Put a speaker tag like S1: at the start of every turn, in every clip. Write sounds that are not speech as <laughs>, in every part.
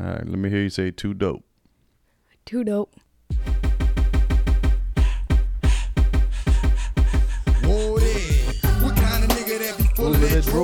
S1: All right, let me hear you say too dope.
S2: Too dope.
S3: Whoa there. What kind of nigga that be full of that drool?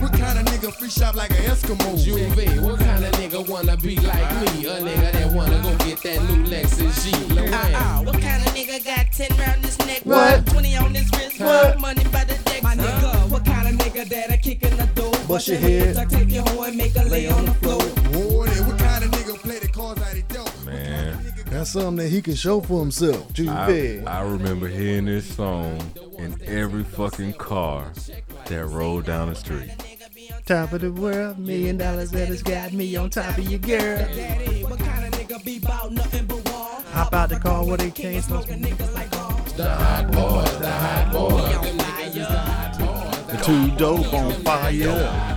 S3: What kind of nigga free shop like an Eskimo?
S4: UV, what kind of nigga wanna be like me? A nigga that wanna go get that new Lexus G. Loran.
S5: Uh-uh. What kind of nigga got 10 round his neck? What? 20 on his wrist? What? Money by the deck?
S6: My nigga, Uh-uh. what kind of nigga that I kick in the door? Bust your head. I take your hoe and make her lay on the floor.
S3: Whoa there. What kind of nigga play the cards out he dealt?
S7: Man,
S8: That's something that he can show for himself. Too
S7: I,
S8: big.
S7: I remember hearing this song in every fucking car that rolled down the street.
S8: Top of the world, million dollars that has got me on top of your girl.
S6: Daddy, what kind of nigga be bout nothing but wall?
S8: Hop out the car where they can't smoke.
S6: Niggas like all.
S8: The two dope on fire.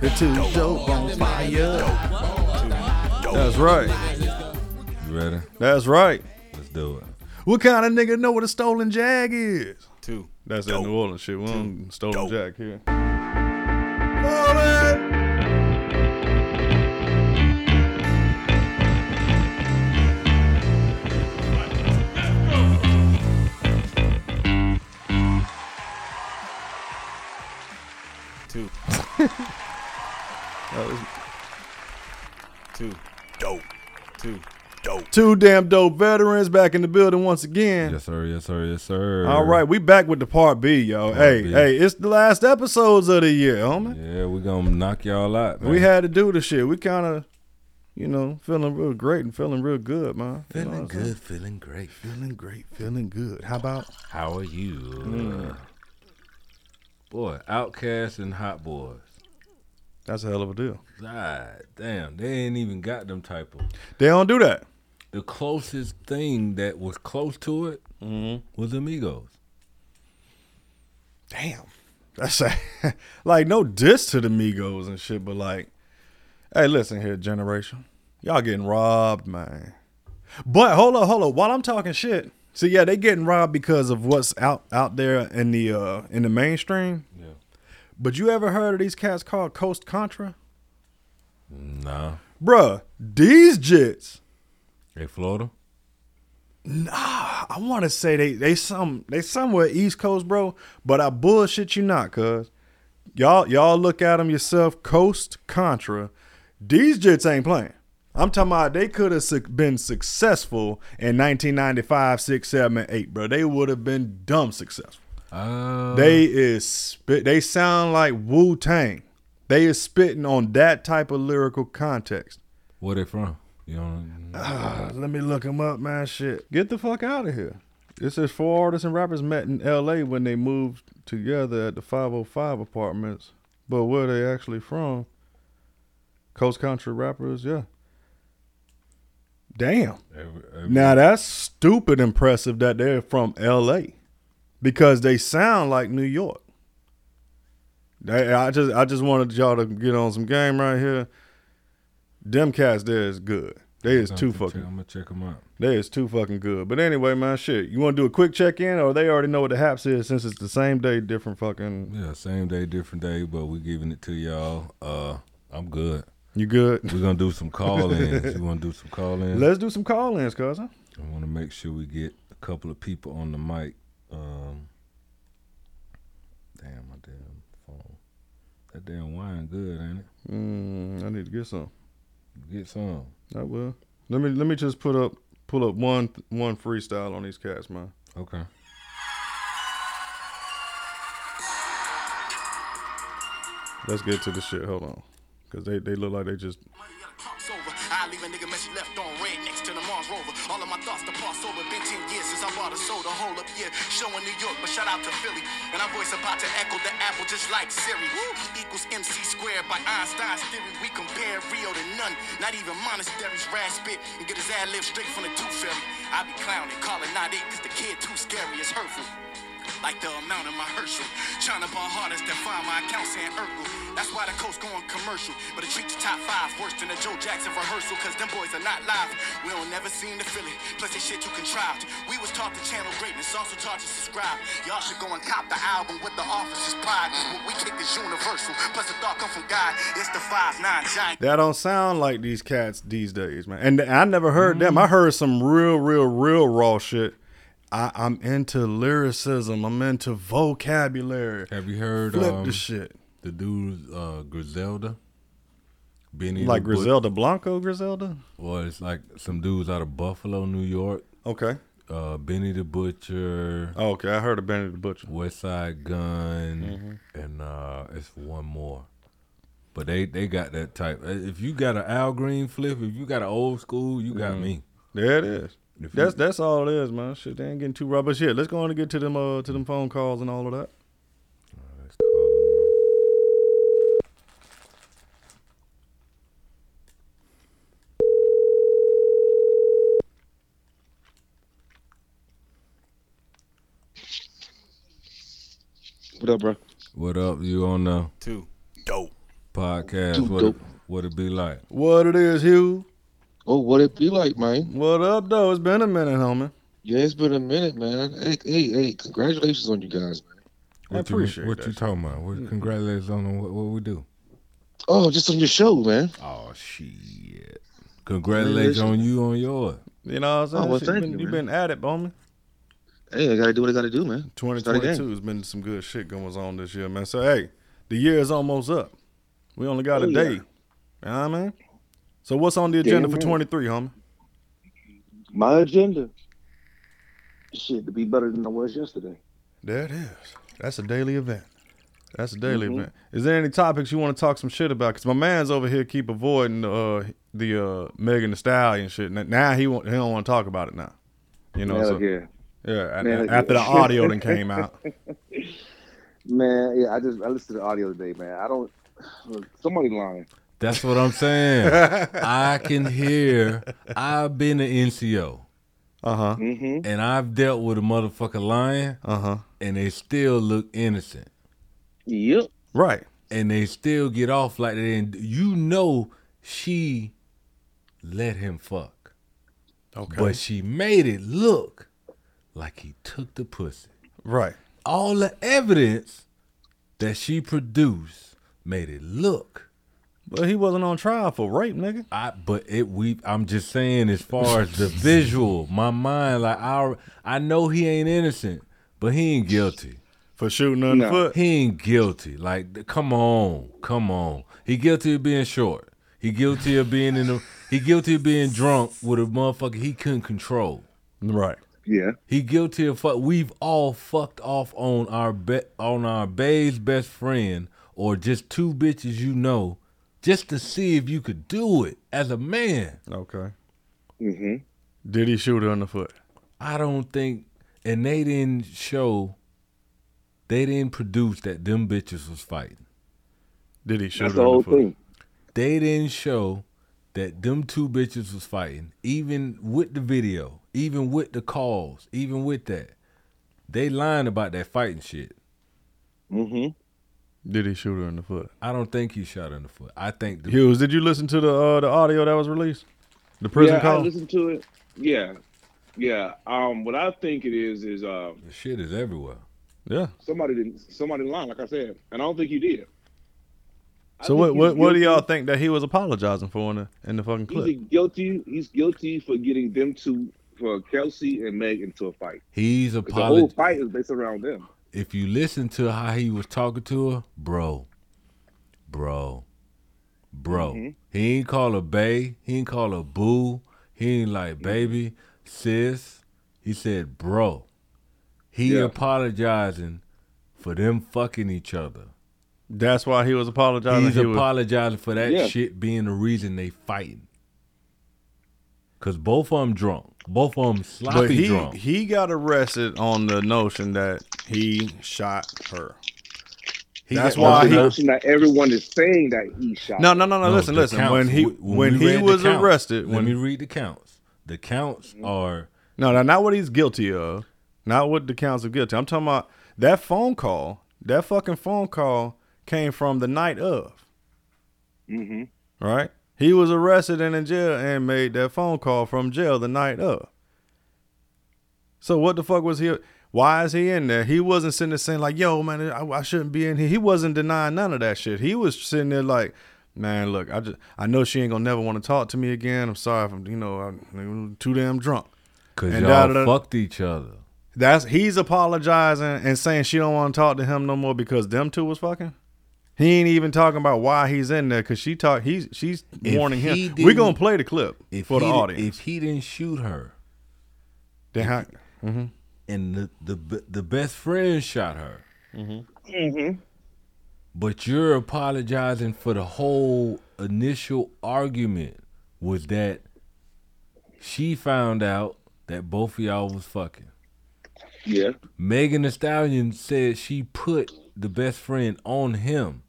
S8: The two dope on fire.
S1: That's right.
S7: You ready?
S1: That's right.
S7: Let's do it.
S1: What kind of nigga know what a stolen jag is?
S9: Two.
S1: That's that New Orleans shit. We don't stolen jack here.
S9: Two.
S1: <laughs> That was
S9: Two. Dope. Two.
S1: two damn dope veterans back in the building once again.
S7: Yes, sir. Yes, sir. Yes, sir.
S1: All right, we back with the part B, y'all. hey,
S7: B.
S1: hey, it's the last episodes of the year, homie.
S7: Yeah, we gonna knock y'all out. Man.
S1: We had to do the shit. We kind of, you know, feeling real great and feeling real good, man. You know what
S7: feeling
S1: I'm saying?
S7: good, feeling great.
S1: feeling great, feeling good. How about
S7: How are you?
S1: Mm.
S7: Boy, Outcast and Hot Boys.
S1: that's a hell of a deal?
S7: God damn, they ain't even got them type of.
S1: They don't do that.
S7: The closest thing that was close to it
S1: Mm-hmm.
S7: was Amigos.
S1: Damn, that's a, <laughs> like no diss to the Migos and shit, but like, hey, listen here, generation, y'all getting robbed, man. But hold up, hold up. While I'm talking shit, so yeah, they getting robbed because of what's out out there in the uh in the mainstream.
S7: Yeah.
S1: But you ever heard of these cats called Coast Contra?
S7: Nah,
S1: Bruh, these jits.
S7: they Florida.
S1: I want to say they they some they somewhere East Coast, bro. But I bullshit you not, cuz y'all y'all look at them yourself. Coast Contra, these jits ain't playing. I'm talking about they could have su- been successful in 1995, 6, 7, and 8, bro. They would have been dumb successful.
S7: Uh,
S1: They is spit. They sound like Wu Tang. They is spitting on that type of lyrical context.
S7: where they from? You know,
S1: Uh, let me look him up, man. Shit, get the fuck out of here. It says four artists and rappers met in L.A. when they moved together at the 505 apartments. But where they actually from? Coast Country rappers, yeah. Damn.
S7: every, every,
S1: Now that's stupid impressive that they're from L.A. because they sound like New York. They, I just I just wanted y'all to get on some game right here. Them cats there is good. They is
S7: I'm
S1: too
S7: gonna
S1: fucking
S7: Check, I'm gonna check them out.
S1: they is too fucking good. But anyway, man, shit. You want to do a quick check in, or they already know what the haps is since it's the same day, different fucking.
S7: Yeah, same day, different day, but we giving it to y'all. Uh, I'm good.
S1: You good?
S7: We're gonna do some call ins. you wanna do some call ins?
S1: Let's do some call ins, cousin.
S7: I want to make sure we get a couple of people on the mic. Um, damn, my damn phone. That damn wine good, ain't it?
S1: Mm, I need to get some.
S7: Get some.
S1: I will. Let me let me just put up pull up one one freestyle on these cats, man.
S7: Okay.
S1: Let's get to the shit. Hold on, cause they they look like they just
S10: Money got a pops over. I leave a nigga message left on red next to the Mars rover. All of my thoughts to pass over. Been 10 years since I bought a soda. Whole up here showing New York, but shout out to Philly. And our voice about to echo the apple just like Siri. E equals MC squared by Einstein's theory. We compare Rio to none, not even monasteries. Rash spit and get his ad lib straight from the tooth fairy. I be clowning, calling 98 cause the kid too scary. It's hurtful. like the amount in my Herschel. Tryna ball hardest to find my accounts in Urkel. That's why the coach going commercial. But it treat the top five worse than a Joe Jackson rehearsal, cause them boys are not live. We don't never seem to feel it. Plus, this shit too contrived. We was taught to channel greatness, also taught to subscribe. Y'all should go and cop the album with the officer's pride. When we kick is universal. Plus, the thought come from God. It's the 5 9 giant.
S1: That don't sound like these cats these days, man. And I never heard them. I heard some real, real, real raw shit. I, I'm into lyricism. I'm into vocabulary.
S7: Have you heard
S1: Flip
S7: um,
S1: the shit.
S7: The dude uh, Griselda, Benny
S1: Like
S7: the Butch-
S1: Griselda Blanco, Griselda.
S7: Well, it's like some dudes out of Buffalo, New York.
S1: Okay.
S7: Uh, Benny the Butcher,
S1: Oh, okay, I heard of Benny the Butcher.
S7: West Side Gun, and uh, it's one more. But they they got that type. Uh, If you got an Al Green flip, if you got an old school, you got me.
S1: There it is.
S7: If
S1: That's
S7: you-
S1: that's all it is, man. Shit, they ain't getting too rubber. Shit, let's go on and get to them uh to them phone calls and all of that.
S7: Let's call
S11: What up, bro?
S7: them. What up? You on the
S9: Two.
S7: dope podcast?
S11: Two
S7: What it,
S11: dope.
S7: what it be like?
S1: What it is, Hugh?
S11: Oh, what it be like, man?
S1: What up, though? It's been a minute, homie.
S11: Yeah, it's been a minute, man. Hey, hey, hey congratulations on you guys, man.
S7: What you-
S1: appreciate
S7: What
S1: that
S7: you talking about? What, Congratulations on what, what we do.
S11: Oh, just on your show, man.
S7: Oh shit! Congratulations on you on yours.
S1: You know what I'm saying?
S11: Oh, well,
S1: Shit,
S11: thank
S1: been,
S11: you,
S1: have
S11: man.
S1: been at it, homie.
S11: Hey, I gotta do what I gotta do, man. Start again.
S1: 2022 has been some good shit going on this year, man. So hey, the year is almost up. We only got
S11: Oh,
S1: a
S11: yeah.
S1: day. You know what I mean? So what's on the
S11: Yeah,
S1: agenda for
S11: man.
S1: 23, homie?
S11: My agenda. Shit, to be better than I was yesterday.
S1: There it is. That's a daily event. That's a daily
S11: Mhm.
S1: event. Is there any topics you want to talk some shit about? Cause my man's over here keep avoiding uh, the uh, Megan Thee Stallion shit. N- Now he want, he don't want to talk about it now. You know.
S11: Hell
S1: so-
S11: yeah.
S1: Yeah. a-
S11: Man,
S1: a- after the
S11: yeah. <laughs>
S1: audio then came out.
S11: Man, yeah, I just I listened to the audio today, man. I don't. <sighs> Look, somebody lying.
S7: That's what I'm saying. I can hear. I've been an NCO
S1: Uh huh.
S11: Mm-hmm.
S7: and I've dealt with a motherfucker lying,
S1: Uh huh.
S7: and they still look innocent,
S11: Yep.
S1: Right.
S7: and they still get off like that. And you know she let him fuck,
S1: Okay.
S7: but she made it look like he took the pussy.
S1: right.
S7: All the evidence that she produced made it look
S1: But he wasn't on trial for rape, nigga.
S7: I but it we I'm just saying as far as the visual, my mind like I I know he ain't innocent, but he ain't guilty.
S1: For shooting on the
S11: No.
S1: foot.
S7: He ain't guilty. Like th- come on, come on. He guilty of being short. He guilty of being in the he guilty of being drunk with a motherfucker he couldn't control.
S1: Right.
S11: Yeah.
S7: He guilty of fuck. We've all fucked off on our be, on our bae's best friend or just two bitches you know, just to see if you could do it as a man.
S1: Okay.
S11: Mm-hmm.
S1: Did he shoot her in the foot?
S7: I don't think, and they didn't show, they didn't produce that them bitches was fighting.
S1: Did he shoot
S11: That's
S1: her
S11: the
S1: in
S11: whole
S1: the foot?
S11: thing.
S7: They didn't show that them two bitches was fighting, even with the video, even with the calls, even with that. They lying about that fighting shit.
S11: Mm-hmm.
S1: Did he shoot her in the foot?
S7: I don't think he shot her in the foot. I think the,
S1: Hughes, did you listen to the uh, the audio that was released? The prison
S12: yeah, I
S1: call?
S12: listened to it. Yeah, yeah. Um, what I think it is is uh,
S7: the shit is everywhere.
S1: yeah.
S12: somebody didn't somebody lying, like I said, and I don't think he did. I
S1: So
S12: think
S1: what
S12: he's
S1: what, what do
S12: guilty-
S1: y'all think that he was apologizing for in the in the
S12: He's
S1: fucking clip?
S12: a guilty. He's guilty for getting them two for Kelsey and Meg into a fight.
S7: He's
S12: 'Cause The whole
S7: apolog-
S12: fight is based around them.
S7: If you listen to how he was talking to her, bro, bro, bro.
S1: Mm-hmm.
S7: He ain't call her bae. He ain't call her boo. He ain't
S1: Mm-hmm.
S7: like baby, sis. He said bro. He
S12: Yeah.
S7: apologizing for them fucking each other.
S1: That's why he was apologizing.
S7: He's
S1: He was-
S7: apologizing for that
S12: Yeah.
S7: shit being the reason they fighting. Cause both of them drunk. Both of them sloppy
S1: but he
S7: drunk.
S1: he got arrested on the notion that he shot her.
S7: He
S1: that's
S7: got-
S1: why
S12: That's the
S1: he
S12: notion that everyone is saying that he shot.
S1: No, no, no, no.
S7: No,
S1: listen,
S7: the
S1: listen.
S7: counts.
S1: when he
S7: W-
S1: when,
S7: we
S1: he
S7: read the
S1: was
S7: counts,
S1: arrested,
S7: let
S1: when
S7: me read the counts. The counts are
S1: No, no, not what he's guilty of. Not what the counts of guilty. I'm talking about That phone call, that fucking phone call came from the night of.
S12: Mm-hmm.
S1: Right? He was arrested and in jail and made that phone call from jail the night of. So what the fuck was he? Why is he in there? He wasn't sitting there saying like, "Yo, man, I, I shouldn't be in here." He wasn't denying none of that shit. He was sitting there like, "Man, look, I just I know she ain't gonna never want to talk to me again. I'm sorry if I'm, you know, I'm too damn drunk."
S7: Cause
S1: And
S7: y'all
S1: da-da-da.
S7: fucked each other.
S1: That's he's apologizing and saying she don't want to talk to him no more because them two was fucking. He ain't even talking about why he's in there because she talk. He's she's
S7: If
S1: warning
S7: he
S1: him. We gonna
S7: didn't-
S1: play the clip
S7: if
S1: for the
S7: he di-
S1: audience.
S7: If he didn't shoot her,
S1: then how?
S7: And the, the b- the best friend shot her.
S12: Mm-hmm.
S7: But you're apologizing for the whole initial argument was that she found out that both of y'all was fucking.
S12: Yeah.
S7: Megan Thee Stallion said she put the best friend on him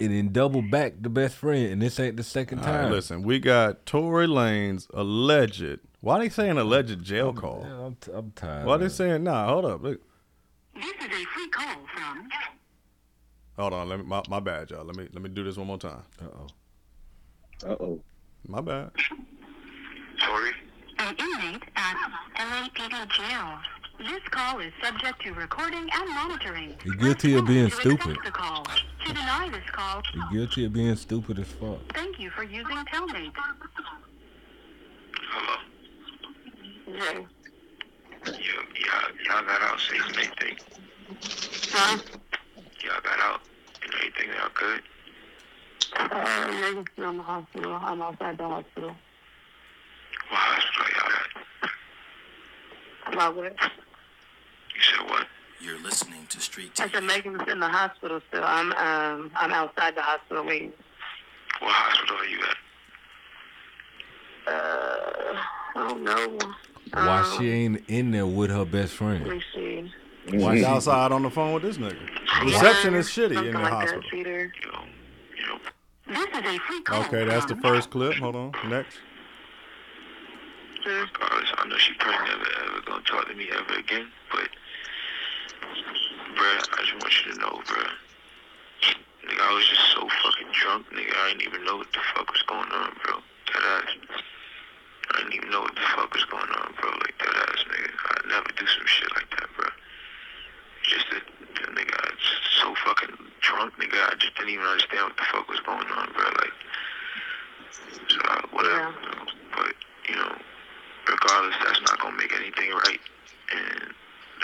S7: and then double back the best friend, and this ain't the second
S1: All right,
S7: time.
S1: listen, we got Tory Lane's alleged. Why they saying alleged jail call?
S7: I'm, I'm tired.
S1: Why
S7: of
S1: they
S7: it.
S1: saying nah? Hold up, look.
S13: This is a free call from.
S1: hold on. Let me my, my bad, y'all. Let me let me do this one more time.
S7: Uh oh.
S12: Uh oh.
S1: My bad.
S13: An inmate at LAPD jail. This call is subject to recording and monitoring.
S7: You're guilty of being stupid.
S13: The call. To deny this call,
S7: You're guilty of being stupid as fuck.
S13: thank you for using Telmate. Hello.
S14: Y'all got out safe and everything.
S13: Huh?
S14: Y'all got out and everything. Y'all good.
S13: Uh, Megan's still in the hospital. I'm outside the hospital.
S14: What hospital y'all at?
S13: My what?
S14: You said what?
S10: You're listening to Street
S13: I said Megan's in the hospital still. I'm um I'm outside the hospital waiting.
S14: What hospital are you at?
S13: Uh, I don't know.
S7: Why she ain't in there with her best
S13: Let
S7: friend?
S13: me see.
S1: Why she outside on the phone with this nigga? Reception is shitty in the hospital.
S13: Peter. This is a free call.
S1: Okay, that's the first clip. Hold on. Next.
S14: Regardless, I know she probably never ever gonna talk to me ever again, but bruh, I just want you to know, bruh. Nigga, I was just so fucking drunk, nigga. I didn't even know what the fuck was going on, bro. That ass. I didn't even know what the fuck was going on, bro. Like that ass, nigga. I'd never do some shit like that, bro. Just that, that nigga, I was just so fucking drunk, nigga. I just didn't even understand what the fuck was going on, bro. Like, so I, whatever. bro. Uh, But you know, regardless, that's not gonna make anything right, and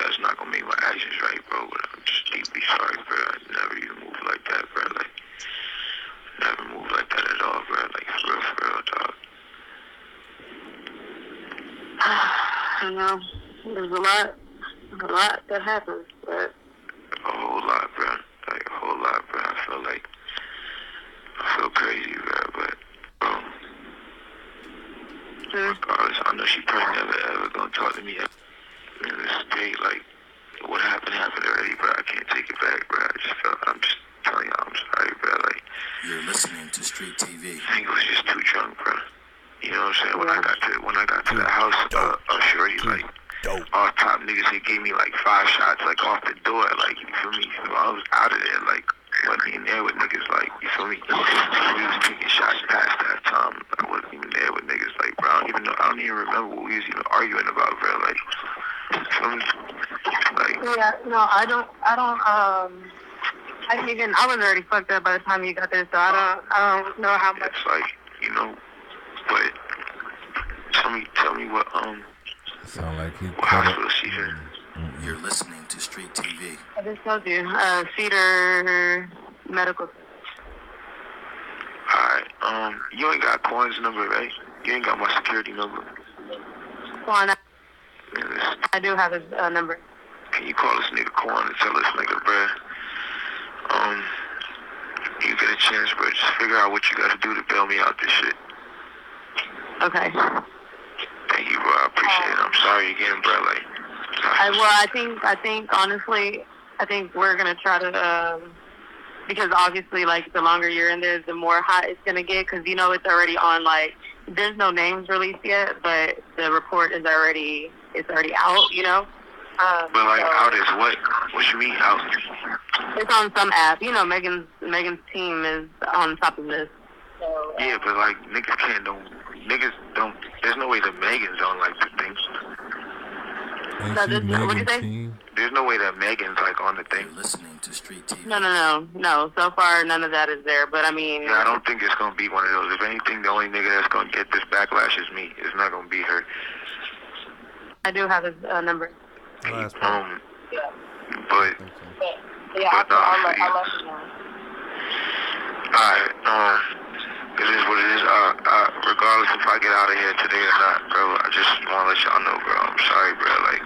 S14: that's not gonna make my actions right, bro. But I'm just deeply sorry, bro. I never even move like that, bro. Like, never move like that at all, bro. Like, for real, for real, dog.
S13: <sighs> I know. There's a lot, a lot that happens, but
S14: A whole lot, bro. Like, a whole lot, bro. I feel like, I feel crazy, bro. But, bro, regardless, I know she probably never ever gonna talk to me ever in this state. Like, what happened happened already, bro. I can't take it back, bro. I just felt, I'm just telling y'all, I'm sorry, bro. Like,
S10: You're listening to Street TV.
S14: I think it was just too drunk, bro. You know what I'm saying? When I got to when I got to the house, uh, uh shorty like off top niggas, he gave me like five shots like off the door, like you feel me? So I was out of there, like wasn't even there with niggas, like you feel me? We was taking shots past that time. I wasn't even there with niggas, like bro. I don't even know. I don't even remember what we was even arguing about, bro. Like, you feel me? Like,
S13: yeah, no, I don't, I don't, um, I didn't even, I was already fucked up by the time you got there, so I don't, I don't know how much.
S14: it's like you know, but tell me, tell me what um
S7: Sound like he
S14: what hospital she in.
S10: You're listening to Street TV.
S13: I just told you, uh, Cedar Medical.
S14: Alright, um, you ain't got Quan's number, right? You ain't got my security number.
S13: Quan, I do have his uh, number.
S14: Can you call this nigga Quan and tell this nigga, bruh? Um, you get a chance, bruh. Just figure out what you gotta do to bail me out this shit.
S13: Okay. Uh,
S14: Thank you, bro. I appreciate it. I'm sorry again, bruh. Like,
S13: I well, I think I think honestly, I think we're gonna try to um, because obviously, like the longer you're in there, the more hot it's gonna get because you know it's already on. Like there's no names released yet, but the report is already it's already out. You know, Um, But
S14: like out as what? What you mean out?
S13: It's on some app. You know, Megan's Megan's team is on top of this.
S14: Yeah, but like niggas can't don't niggas don't. There's no way that Megan's on like the thing.
S13: No, this, what you say?
S14: There's no way that Megan's like on the thing. Listening to Street TV.
S13: No, no, no, no. So far, none of that is there. But I mean,
S14: Yeah, I don't think it's gonna be one of those. If anything, the only nigga that's gonna get this backlash is me. It's not gonna be her.
S13: I do have his uh, number.
S14: Um, but
S13: Yeah, I'll, I'll, let- I'll let you know.
S14: Alright, um, it is what it is. Uh, uh, regardless if I get out of here today or not, bro, I just want to let y'all know, bro. I'm sorry, bro. Like,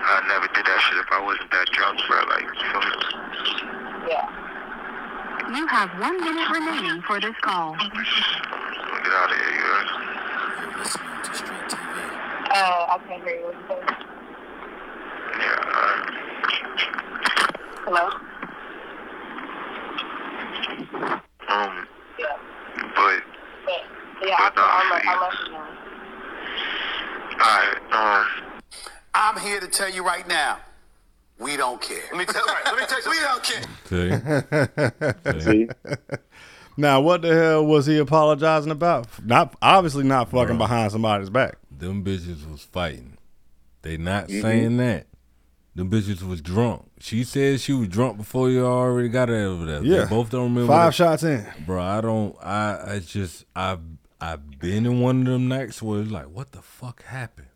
S14: I never did that shit if I wasn't that drunk, bro. Like, you feel me?
S13: You have one minute remaining for this call.
S14: Get out of here, you heard?
S13: Uh, I can't hear you. What you say? Hello?
S14: Um, but,
S13: Yeah, I'll, I'll, let- I'll let you know.
S14: alright, um,
S15: I'm here to tell you right now, we don't care. Let me tell right, let me tell you. <laughs> we don't care.
S7: <laughs>
S1: See? Now, what the hell was he apologizing about? Not obviously not fucking behind somebody's back.
S7: Them bitches was fighting. They not
S1: Mhm.
S7: saying that. Them bitches was drunk. She said she was drunk before you already got her over there. They
S1: Yeah.
S7: both don't remember.
S1: Five
S7: the-
S1: shots in.
S7: Bro, I don't. I. I just. I've. I've been in one of them nights where it's like, what the fuck happened?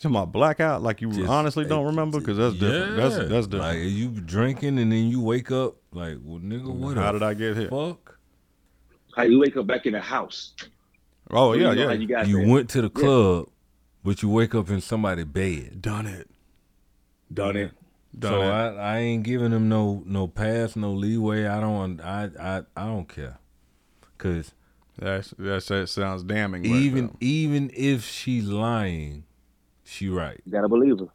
S1: To my blackout, like you
S7: Just-
S1: honestly don't remember, because Oh, that's different. That's
S7: Yeah.
S1: that's different.
S7: Like you drinking and then you wake up like, well, nigga, what?
S1: How
S7: the
S1: did I get here?
S7: Fuck.
S9: How you wake up back in the house? So
S1: Oh
S9: you
S1: yeah,
S9: know
S1: yeah.
S9: how you got
S7: You
S9: there.
S7: went to the
S9: Yeah.
S7: club, but you wake up in somebody's bed.
S1: Done it. Done it. Done
S7: so
S1: it.
S7: I, I ain't giving them no no pass, no leeway. I don't I I, I don't care. Cause
S1: that's, that's that sounds damning. uh, right
S7: Even even if she lying, she right.
S11: You gotta believe her.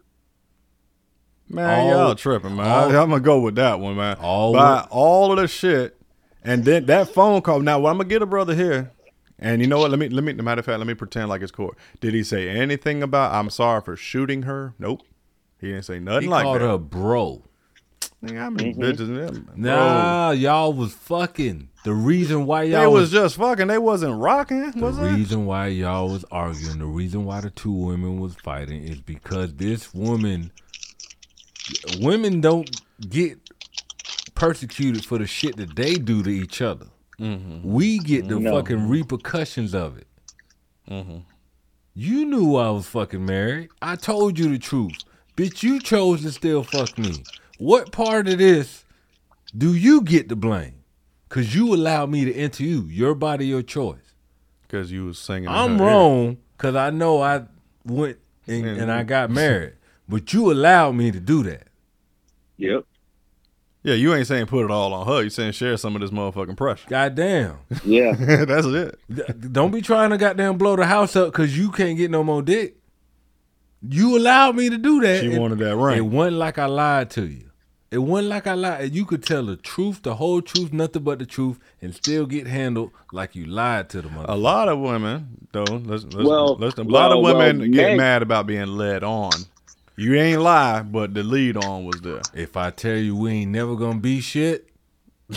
S1: Man,
S7: All-
S1: y'all tripping, man.
S7: all-
S1: I, am gonna go with that one, man.
S7: All
S1: Buy all of the shit, and then that phone call. Now, what I'm gonna get a brother here, and you know what? Let me let me. Matter of fact, let me pretend like it's court. Did he say anything about I'm sorry for shooting her? Nope, he didn't say nothing
S7: He
S1: like
S7: called
S1: that.
S7: her bro.
S1: Nigga, how many bitches in there? Bro.
S7: Mm-hmm. Nah, y'all was fucking. The reason why
S1: They
S7: y'all
S1: was just fucking. They wasn't rocking.
S7: the
S1: Was it?
S7: reason why y'all was arguing, the reason why the two women was fighting is because this woman women don't get persecuted for the shit that they do to each other. We get the
S9: No.
S7: fucking repercussions of it. You knew I was fucking married. I told you the truth. Bitch, you chose to still fuck me. What part of this do you get to blame? Cause you allowed me to enter you. Your body, your choice.
S1: Cause you was singing. in
S7: I'm
S1: her ear.
S7: wrong, cause I know I went and,
S1: And- <laughs>
S7: and I got married. But you allowed me to do that.
S9: Yep.
S1: Yeah, you ain't saying put it all on her. You saying share some of this motherfucking pressure. <laughs>
S7: Goddamn.
S9: Yeah.
S1: that's it.
S7: Don't be trying to goddamn blow the house up because you can't get no more dick. You allowed me to do that.
S1: She
S7: and-
S1: wanted that ring.
S7: It wasn't like I lied to you. It wasn't like I lied. You could tell the truth, the whole truth, nothing but the truth, and still get handled like you lied to the mother.
S1: A lot of women, though. Listen, listen,
S7: Well,
S1: listen, a lot of
S7: well,
S1: women
S7: well,
S1: get
S7: Meg-
S1: mad about being led on. You ain't lie, but the lead on was there. <laughs>
S7: If I tell you we ain't never gonna be shit,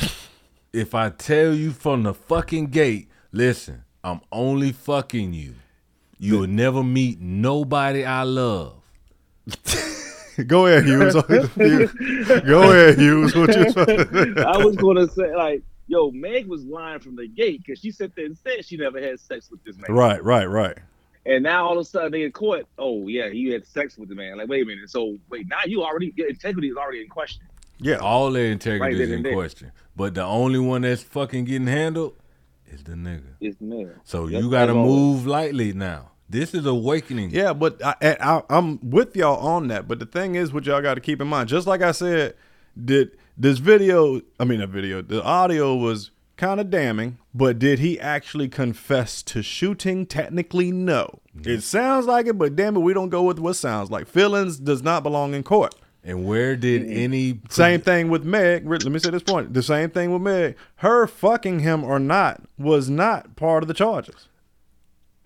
S9: <laughs>
S7: if I tell you from the fucking gate, listen, I'm only fucking you. You'll never meet nobody I love.
S1: Go ahead,
S7: <laughs>
S1: Hughes. <laughs> Go ahead, Hughes. What
S7: <laughs>
S1: you?
S9: <laughs>
S1: <laughs>
S9: I was gonna say like, yo, Meg was lying from the gate because she sat there and said she never had sex with this man.
S1: right, right, right.
S9: And now all of a sudden they in court. Oh yeah, you had sex with the man. Like wait a minute. So wait, now you already your integrity is already in question.
S1: Yeah.
S7: All their integrity
S9: Right
S7: is
S9: then
S7: in
S9: and there.
S7: question. But the only one that's fucking getting handled is the nigga.
S9: It's man.
S7: So
S9: Yep,
S7: you gotta
S9: as always.
S7: move lightly now. This is awakening.
S1: Yeah, but I, and I, I'm with y'all on that. But the thing is, what y'all got to keep in mind, just like I said, did this video? I mean, a video. The audio was kind of damning, but did he actually confess to shooting? Technically, no. It sounds like it, but damn it, we don't go with what sounds like. Feelings does not belong in court.
S7: And where did any
S1: same thing with Meg? Re- Let me say this point. The same thing with Meg. Her fucking him or not was not part of the charges.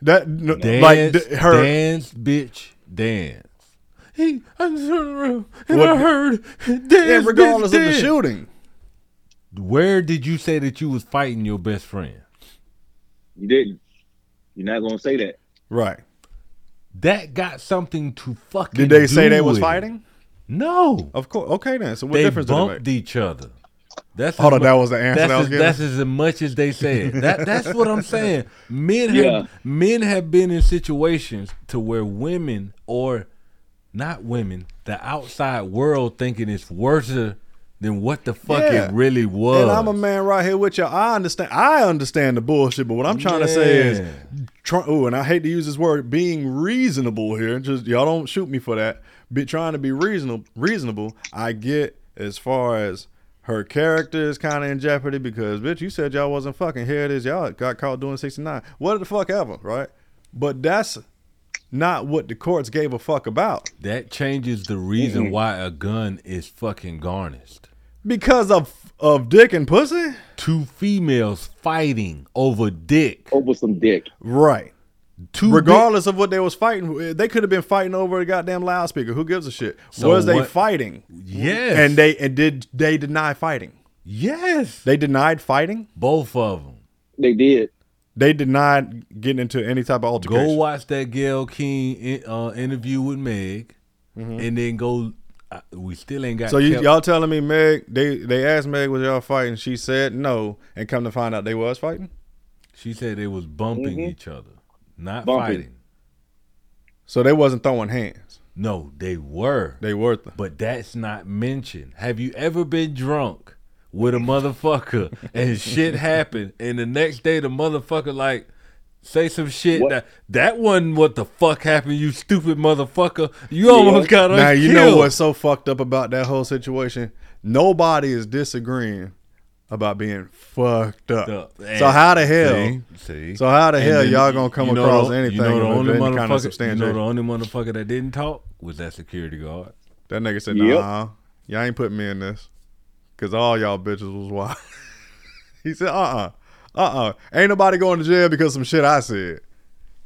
S1: That no,
S7: Dance,
S1: like th- her
S7: dance, bitch, dance. He, I'm in the room, and
S1: Well,
S7: I heard.
S1: yeah, regardless of the shooting.
S7: Where did you say that you was fighting your best friend?
S9: You didn't. You're not gonna say that.
S1: Right.
S7: That got something to fucking.
S1: Did they say
S7: do
S1: they was
S7: with it.
S1: fighting?
S7: No.
S1: Of course. Okay then. So what
S7: they
S1: difference did it
S7: bumped
S1: make?
S7: each other. That's
S1: Hold
S7: as
S1: on,
S7: mu-
S1: that was the answer
S7: That's,
S1: that I was
S7: as,
S1: getting?
S7: that's as much as
S1: <laughs>
S7: they said. That that's what I'm saying. Men
S1: Yeah.
S7: have men have been in situations to where women or not women, the outside world thinking it's worse than what the fuck
S1: Yeah.
S7: it really was.
S1: And I'm a man right here with you. I understand. I understand the bullshit, but what I'm trying to say is, try, oh, and I hate to use this word, being reasonable here. Just y'all don't shoot me for that. Be trying to be reasonable. Reasonable. I get as far as her character is kind of in jeopardy because bitch, you said y'all wasn't fucking. Here it is. Y'all got caught doing 69. What the fuck ever, right? But that's not what the courts gave a fuck about
S7: that changes the reason
S1: Mm-mm.
S7: why a gun is fucking garnished.
S1: because of of dick and pussy.
S7: Two females fighting over dick.
S9: Over some dick.
S1: Right.
S7: Two
S1: Regardless of what they was fighting, they could have been fighting over a goddamn loudspeaker. Who gives a shit?
S7: So
S1: was they
S7: what-
S1: fighting?
S7: Yes.
S1: And they and did they deny fighting?
S7: Yes.
S1: They denied fighting.
S7: Both of them.
S9: They did.
S1: They denied getting into any type of
S7: Go
S1: altercation.
S7: watch that Gail King in- uh, interview with Meg, and then go. Uh, we still ain't got.
S1: Mm-hmm. so you,
S7: kept-
S1: y'all telling me Meg? They they asked Meg was y'all fighting? She said no, and come to find out they was fighting.
S7: She said they was bumping
S1: Mhm.
S7: each other, not
S1: Bumping.
S7: fighting.
S1: So they wasn't throwing hands.
S7: No, they were.
S1: They were.
S7: But that's not mentioned. Have you ever been drunk with a motherfucker
S1: <laughs>
S7: and shit happened, and the next day the motherfucker like say some shit
S1: What?
S7: that that wasn't what the fuck happened, you stupid motherfucker. You
S1: Yeah.
S7: almost got us
S1: Now you know
S7: killed.
S1: what's so fucked up about that whole situation? Nobody is disagreeing about being fucked up. So how the hell?
S7: See? See?
S1: So how the
S7: And
S1: hell
S7: then
S1: y'all gonna come
S7: you know
S1: across
S7: the-
S1: anything
S7: You know, the
S1: with
S7: only
S1: any
S7: motherfucker,
S1: kind of
S7: you know
S1: substantiation?
S7: the only motherfucker that didn't talk was that security guard.
S1: that nigga said,
S7: Yep.
S1: "Nah, y'all ain't putting me in this, cause all y'all bitches was wild." <laughs> he said, "Uh, uh-uh, uh, ain't nobody going to jail because some shit I said,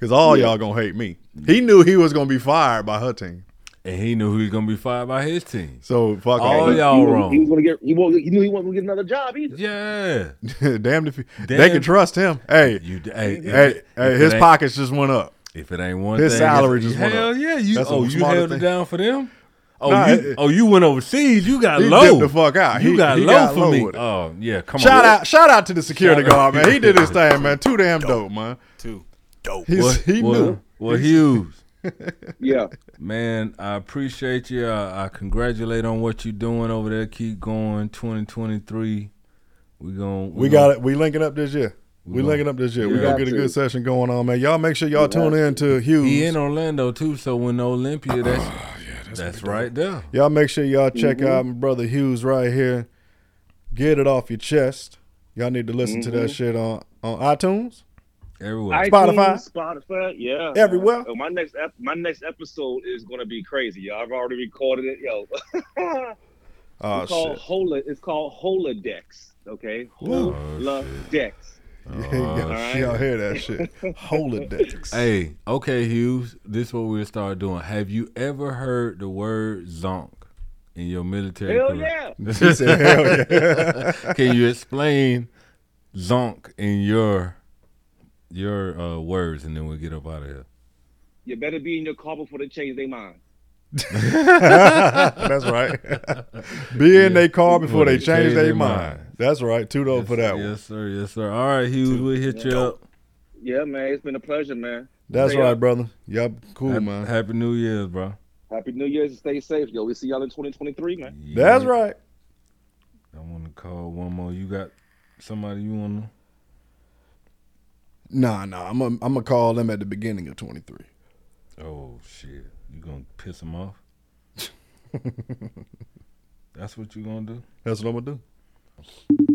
S1: cause all
S7: Yeah.
S1: y'all gonna hate me." He knew he was gonna be fired by her team,
S7: and he knew he was gonna be fired by his team.
S1: So fuck
S7: all
S1: it.
S7: y'all
S1: He- he-
S7: wrong.
S9: He was gonna get. He, won't, he knew he wasn't gonna get another job either.
S7: Yeah.
S1: <laughs> Damn if you, they
S7: Damn.
S1: can trust him. Hey,
S7: You- hey,
S1: hey,
S7: if
S1: hey,
S7: it- if it
S1: his
S7: ain't-
S1: pockets just went up.
S7: If it ain't one
S1: his
S7: thing,
S1: salary
S7: it's-
S1: just went
S7: hell
S1: up.
S7: yeah, you-
S1: That's the
S7: oh, you
S1: smartest
S7: held it
S1: thing.
S7: down for them? Oh,
S1: Nah,
S7: you,
S1: it-
S7: oh, you went overseas. You got
S1: He
S7: low.
S1: dipped the fuck out.
S7: You
S1: He-
S7: got
S1: he
S7: low
S1: got
S7: for
S1: low
S7: me.
S1: with it.
S7: Oh yeah, come
S1: shout
S7: on.
S1: out, <laughs> shout out to the security
S7: Shout out.
S1: guard, man. He did his thing, man. Too damn dope, man. Too dope.
S7: Well,
S1: he
S7: well,
S1: knew.
S7: Well, Hughes.
S9: yeah.
S7: Man, I appreciate you. I, I congratulate on what you're doing over there. Keep going. 2023. We going
S1: We got it. We linking up this year. We
S7: We
S1: linking
S7: gon-
S1: up this year.
S7: We
S1: We gonna
S7: got
S1: get a
S7: to.
S1: good session going on, man. Y'all make sure y'all tune in to
S7: He
S1: Hughes.
S7: in Orlando too, so when Olympia, that's Ah, that's, right there.
S1: Y'all make sure y'all check
S7: Mhm.
S1: out my brother Hughes right here. Get it off your chest. Y'all need to listen to
S7: Mm-hmm.
S1: that
S9: Mhm.
S1: shit on on iTunes.
S7: Everywhere.
S1: Spotify.
S9: iTunes, Spotify, yeah,
S1: Everywhere.
S9: Oh, my next ep- my next episode is gonna be crazy. Y'all. I've already recorded it, yo. <laughs>
S1: Oh
S9: it's called
S1: shit. Oh,
S9: Hola. It's called Holodex. Okay,
S1: Woo.
S9: Holodex.
S1: Yeah, <laughs>
S7: Oh,
S1: y'all hear that shit?
S7: <laughs>
S1: Holodecks.
S7: Hey, okay, Hughes. This is what we'll start doing. Have you ever heard the word zonk in your military?
S9: Hell
S7: career? <laughs>
S9: yeah. He
S1: <laughs>
S9: said, "Hell yeah."
S7: Can <laughs> you explain zonk in your your uh, words, and then we'll get up out of here.
S9: You better be in your car before they change their mind.
S1: That's right. Be in their car before they change their
S7: their
S1: mind. That's right. Two dope for that one.
S7: Yes, sir. Yes, sir. All right, Hughes. We'll hit you up.
S9: Yeah, man, it's been a pleasure, man.
S1: That's
S9: Stay
S1: right,
S9: up.
S1: brother. Y'all cool,
S7: Happy-
S1: man.
S7: Happy New Year's, bro.
S9: Happy New Year's and stay safe, yo. We see y'all in 2023, man.
S1: That's right.
S7: I want to call one more. You got somebody you want to?
S1: Nah, nah. I'm gonna I'm call them at the beginning of 23.
S7: Oh shit! You gonna piss
S1: <laughs>
S7: him off? That's what you gonna do?
S1: That's what I'm gonna do.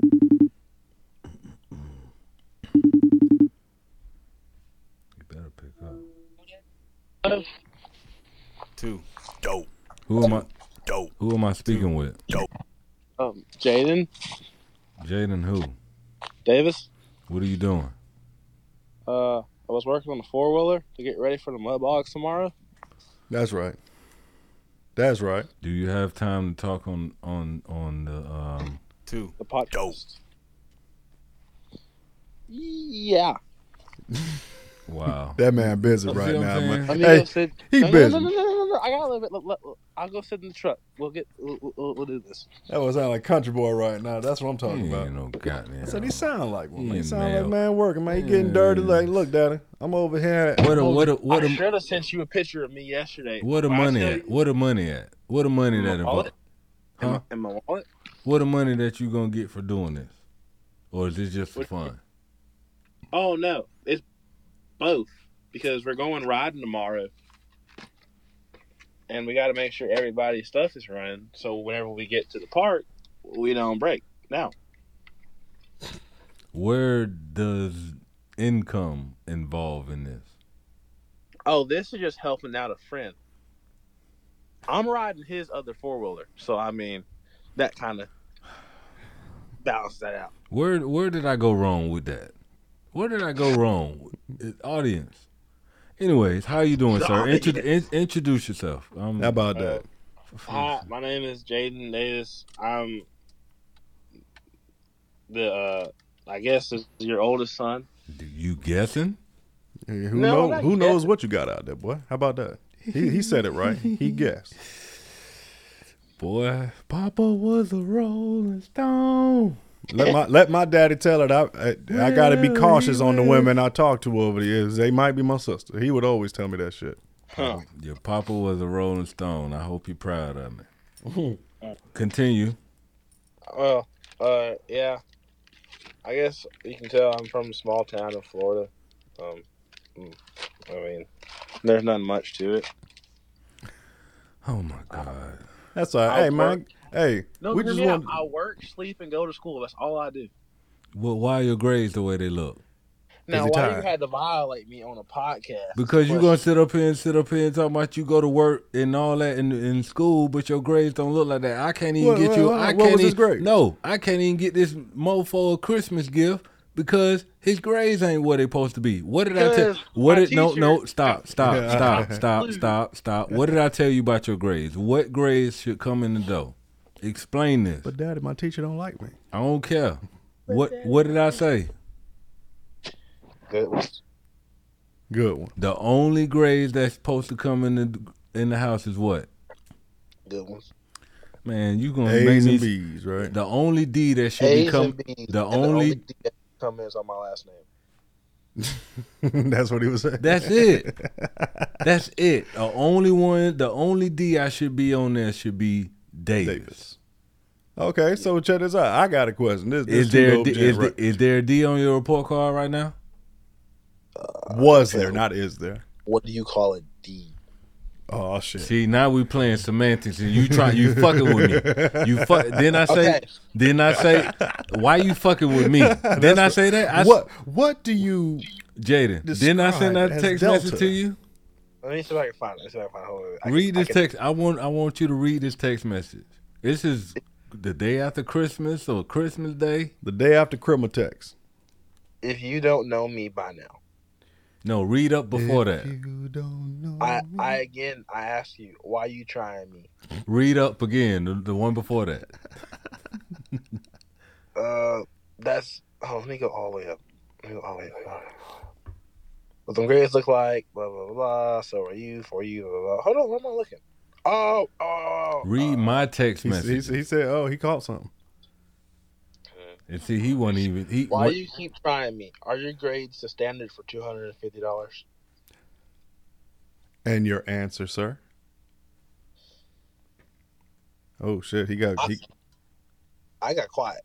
S7: You better pick up.
S8: Two. Dope.
S7: Who am I? Dope. Who am I speaking with? Dope.
S14: uh,
S16: Um, Jaden
S7: Jaden who?
S16: Davis.
S7: What are you doing?
S16: Uh, I was working on the four wheeler to get ready for the mud box tomorrow.
S1: That's right. That's right.
S7: Do you have time to talk on on on the um
S16: two the podcast? Yeah.
S7: Wow.
S1: <laughs> That man busy
S7: See
S1: right
S7: what I'm
S1: now, man.
S7: saying?
S16: Let me
S1: Hey,
S16: go sit.
S1: he
S16: no, no,
S1: busy.
S16: No, no, no, no, no, no. I got a little bit. Let, let, I'll go sit in the truck. We'll get. We'll, we'll, we'll do this.
S1: That was sound like country boy right now. That's what I'm talking about.
S7: no goddamn.
S1: So he sound like one. man.
S7: Yeah,
S1: He sound
S7: male.
S1: like man working. Man, he getting dirty. Like, look, daddy, I'm over here.
S7: What a what a what
S16: I
S7: a
S16: should have sent you a picture of me yesterday.
S7: what a
S16: But I
S7: money
S16: still-
S7: at? What a money at? What a money that involved?
S16: wallet? In,
S7: Huh?
S16: my, in my wallet.
S7: What a money that you gonna get for doing this? Or is this just for
S16: What-
S7: fun?
S16: Oh no, it's both because we're going riding tomorrow, and we got to make sure everybody's stuff is running. So whenever we get to the park, we don't break. Now,
S7: Where does income involve in this?
S16: oh, this is just helping out a friend. I'm riding his other four wheeler, so I mean, that kind of balances that out.
S7: Where where did I go wrong with that? Where did I go wrong, Uh, audience? Anyways, how you doing, sir? Intro- in- introduce yourself. Um,
S1: How about that?
S16: Hi, my name is Jaden Davis. I'm the, uh, I guess, is your oldest son.
S7: You guessing?
S1: Hey, Who
S16: No,
S1: know?
S16: I'm not
S1: Who knows what you got out there, boy? How about that? He he said it
S16: <laughs>
S1: right. He guessed.
S7: Boy, Papa was a Rolling Stone.
S1: Let my let my daddy tell it. I I, I got to be cautious on the women I talk to over the years. They might be my sister. He would always tell me that shit.
S16: Huh.
S7: Your Papa was a Rolling Stone. I hope you're proud of me. Continue.
S16: Well, uh, yeah. I guess you can tell I'm from a small town in Florida. Um, mm, I mean, there's not much to it.
S7: Oh my God.
S1: That's all. right.
S16: I
S1: Hey man.
S16: work-
S1: Hey,
S16: No,
S1: we
S16: for
S1: just
S16: me,
S1: want.
S16: I work, sleep, and go to school. That's all I do.
S7: Well, why are your grades the way they look?
S16: Now,
S7: he
S16: why you
S7: tired?
S16: had to violate me on a podcast?
S7: Because you're
S16: But
S7: gonna sit up here and sit up here and talk about you go to work and all that in in school, but your grades don't look like that. I can't even
S1: What-
S7: get
S1: what-
S7: you.
S1: what-
S7: I
S1: what
S7: can't
S1: was his
S7: even-
S1: grades?
S7: No, I can't even get this mofo a Christmas gift because his grades ain't what they supposed to be. What did I tell?
S16: Because
S7: What
S16: my
S7: did no
S16: teacher-
S7: no
S1: <laughs>
S7: stop stop
S1: Yeah.
S7: stop stop stop stop? What did I tell you about your grades? What grades should come in the dough? Explain this.
S1: But daddy, my teacher don't like me.
S7: I don't care. What what did I say?
S16: Good.
S1: Good one.
S7: The only grades that's supposed to come in the in the house is what?
S16: Good ones.
S7: Man, you gonna make
S1: A's
S7: me
S1: and B's, right?
S7: the only D that should
S16: A's
S7: become
S16: and <laughs> B's,
S7: the
S16: and
S7: only.
S16: D that comments on my last name.
S1: <laughs> That's what he was saying.
S7: That's it. That's it. The only one. The only D I should be on there should be Davis.
S1: Okay, so check this out. I got a question. This, this
S7: Is there a
S1: two-dope
S7: D,
S1: gen
S7: is,
S1: right-
S7: there, is there a D on your report card right now?
S1: was
S7: Oh.
S1: there? Not is there?
S16: What do you call a D?
S1: Oh shit.
S7: See, now we playing semantics, and you try you fucking with me. You fuck. Then I say.
S16: <laughs> Okay.
S7: Then I say. Why you fucking with
S1: <laughs>
S7: me? Then I say that. I, s-
S1: what What do you?
S7: Jaden? Then I send
S1: Describe
S7: that
S1: as
S7: text message
S1: Delta.
S7: to you.
S16: Let me see if I can find it. Let me see if I can find it. Hold on. I
S7: read
S16: can- I
S7: this
S16: can-
S7: text. I want I want you to read this text message. This is the day after Christmas or Christmas Day.
S1: The day after criminal text.
S16: If you don't know me by now,
S7: No, read up before
S1: If
S7: that.
S1: You don't know.
S16: I, I again, I ask you, why you trying me?
S7: Read up again, the, the one before that.
S16: Uh, that's. Oh, let me go all the way up. Let me go all the way up. All right. What them grades look like? Blah blah blah, blah. So are you? For you? Blah, blah, blah. Hold on, where am I looking? Oh, oh.
S7: Read
S1: Uh,
S7: my text
S1: He, he,
S7: message.
S1: he said, "Oh, he caught something."
S7: And see, he wasn't even. He
S16: Why
S7: what-
S16: you keep trying me? Are your grades the standard for two hundred and fifty dollars?
S1: And your answer, sir? Oh shit, he got. He,
S16: I got quiet.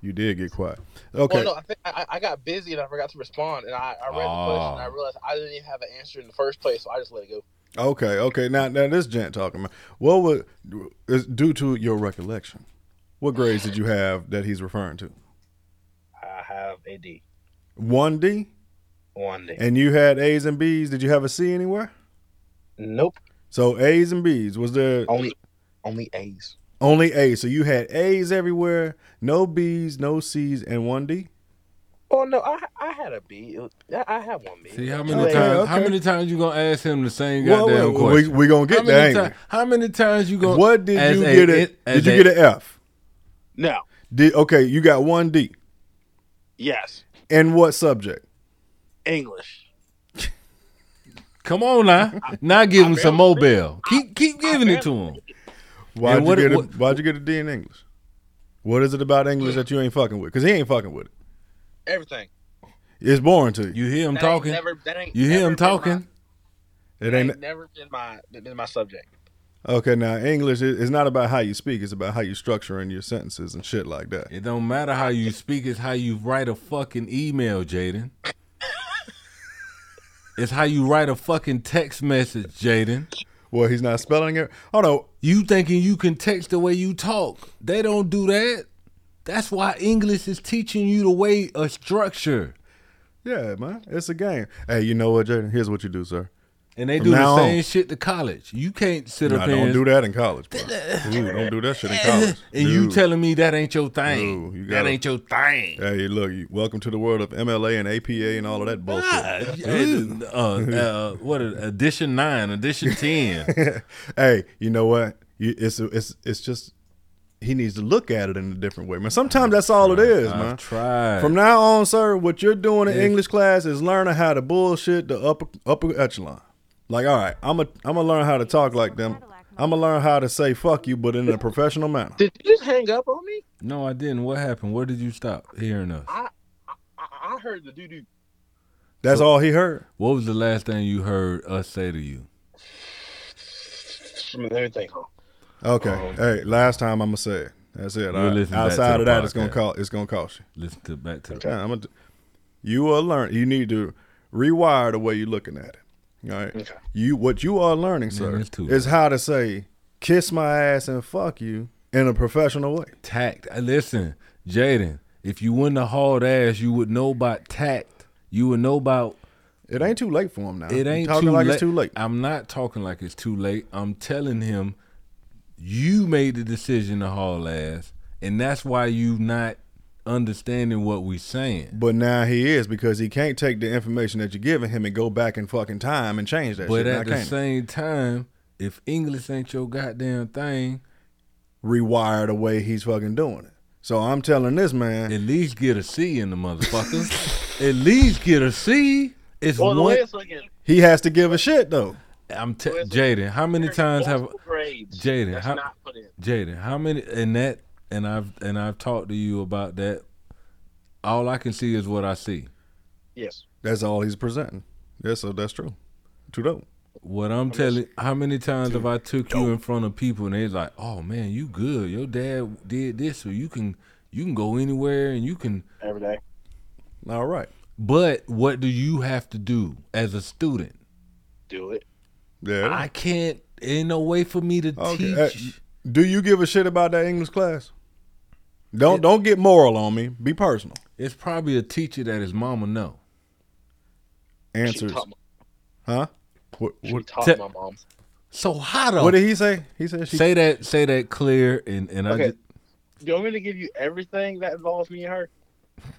S1: you did get quiet. Okay.
S16: Well, no, I think I, I got busy and I forgot to respond, and I, I read the
S1: Ah.
S16: question. and I realized I didn't even have an answer in the first place, so I just let it go.
S1: Okay. Okay. Now, now this gent talking about what would is due to your recollection. What grades did you have that he's referring to?
S16: I have a D
S1: One D.
S16: one day.
S1: And you had A's and B's. Did you have a C anywhere?
S16: Nope,
S1: So A's and B's. Was there
S16: only only A's.
S1: only A's? So you had A's everywhere, no B's, no C's, and one D.
S16: Oh no, I I had a beat. It was- I, I had one beat.
S7: See how many
S16: Like,
S7: times? How many times you gonna ask him the same goddamn
S1: well, we-
S7: question?
S1: we gonna get
S7: how many
S1: there, ain't
S7: ti- How many times you gonna?
S1: What did
S7: as
S1: you
S7: a-
S1: get? A,
S7: as
S1: did you
S7: a-
S1: get an F?
S16: No.
S1: Did okay? You got one D.
S16: Yes,
S1: And what subject?
S16: English.
S7: Come on now, now give him some mobile. Keep keep giving it to him.
S1: Why'd
S7: And what-
S1: you get? A,
S7: what-
S1: why'd you get a D in English? What is it about English that you ain't fucking with? Because he ain't fucking with it.
S16: Everything.
S1: It's boring to you.
S7: You hear him
S16: That ain't talking? never- that ain't
S7: You hear
S16: never
S7: him
S16: been my-
S7: talking?
S1: It
S16: Ain't
S1: ain't.
S16: never been my been my subject.
S1: Okay, now English is it's not about how you speak; it's about how you structuring your sentences and shit like that.
S7: It don't matter how you speak, it's how you write a fucking email, Jaden. it's how you write a fucking text message, Jaden.
S1: Well, he's not spelling it. Hold on.
S7: You thinking you can text the way you talk. They don't do that. That's why English is teaching you the way a structure.
S1: Yeah, man, it's a game. Hey, you know what, Jaden? Here's what you do, sir.
S7: And they
S1: From
S7: do
S1: now
S7: the
S1: on-
S7: same shit to college. You can't sit
S1: Nah,
S7: up
S1: don't
S7: here.
S1: do that in college, bro. Ooh, don't do that shit in college.
S7: <laughs> And you
S1: Dude.
S7: telling me that ain't your thing.
S1: Ooh, you
S7: that
S1: gotta-
S7: ain't your thing.
S1: Hey, look, you, welcome to the world of MLA and APA and all of that bullshit. <laughs>
S7: Uh, uh, what is- edition nine,
S1: <laughs>
S7: edition ten.
S1: hey, you know what? You, it's it's it's just he needs to look at it in a different way, man. Sometimes that's all it is,
S7: I've
S1: man.
S7: tried.
S1: From now on, sir, what you're doing in
S7: If-
S1: English class is learning how to bullshit the upper upper echelon. Like, all right, I'm a I'm gonna learn how to talk like them. I'm gonna learn how to say fuck you, but in a professional manner.
S16: Did you just hang up on me?
S7: no, I didn't. What happened? Where did you stop hearing us?
S16: I, I heard the doo doo.
S1: That's all he heard.
S7: What was the last thing you heard us say to you?
S16: I mean, everything. Huh?
S1: Okay. Hey, last time I'm gonna say it. That's it.
S7: We'll
S1: All right.
S7: Uh, listen back to
S1: Outside
S7: the
S1: of that, it's
S7: podcast.
S1: gonna call. It's gonna cost you.
S7: Listen to back to
S1: Okay, I'm gonna. You will learn. You need to rewire the way you're looking at it. All right. You what you are learning, sir,
S7: it's too
S1: is how to say "kiss my ass" and "fuck you" in a professional way.
S7: Tact. Uh, Listen, Jaden, if you wouldn't have hauled ass, you would know about tact. You would know about.
S1: It ain't too late for him now.
S7: It
S1: You
S7: ain't
S1: talking
S7: too
S1: like
S7: late.
S1: it's too late.
S7: I'm not talking like it's too late. I'm telling him, you made the decision to haul ass, and that's why you not understanding what we saying.
S1: But now he is because he can't take the information that you're giving him and go back in fucking time and change that.
S7: But
S1: shit. Now,
S7: at the
S1: can't he?
S7: same time, if English ain't your goddamn thing,
S1: rewire the way he's fucking doing it. So I'm telling this man,
S7: at least get a C in the motherfucker.
S1: <laughs>
S7: at least get a C. It's
S16: Well, the
S7: one.
S16: way it's looking,
S1: he has to give a shit though.
S7: I'm t- Jaden. How many times have
S16: grades
S7: Jaden?
S16: that's
S7: How
S16: not put in.
S7: Jaden? How many? And that. And I've and I've talked to you about that. All I can see is what I see.
S16: Yes.
S1: That's all he's presenting. Yeah, so that's true. Too dope.
S7: What I'm telling, how many times have I took you in front of people and they're like, "Oh man, you good? Your dad did this, so you can you can go anywhere and you can
S16: Every day.
S1: All right.
S7: But what do you have to do as a student?
S16: Do it.
S1: Yeah.
S7: I can't. Ain't no way for me to
S1: Okay.
S7: teach.
S1: uh, do you give a shit about that English class? Don't don't get moral on me. Be personal.
S7: It's probably a teacher that his mama know.
S1: Answers.
S16: taught my-
S1: Huh? What, what,
S16: Taught
S7: Te-
S16: my mom.
S7: So how the
S1: what did he say? He said she
S7: say that? Say that clear and and I
S16: Okay.
S7: just,
S16: Do you want me to give you everything that involves me and her?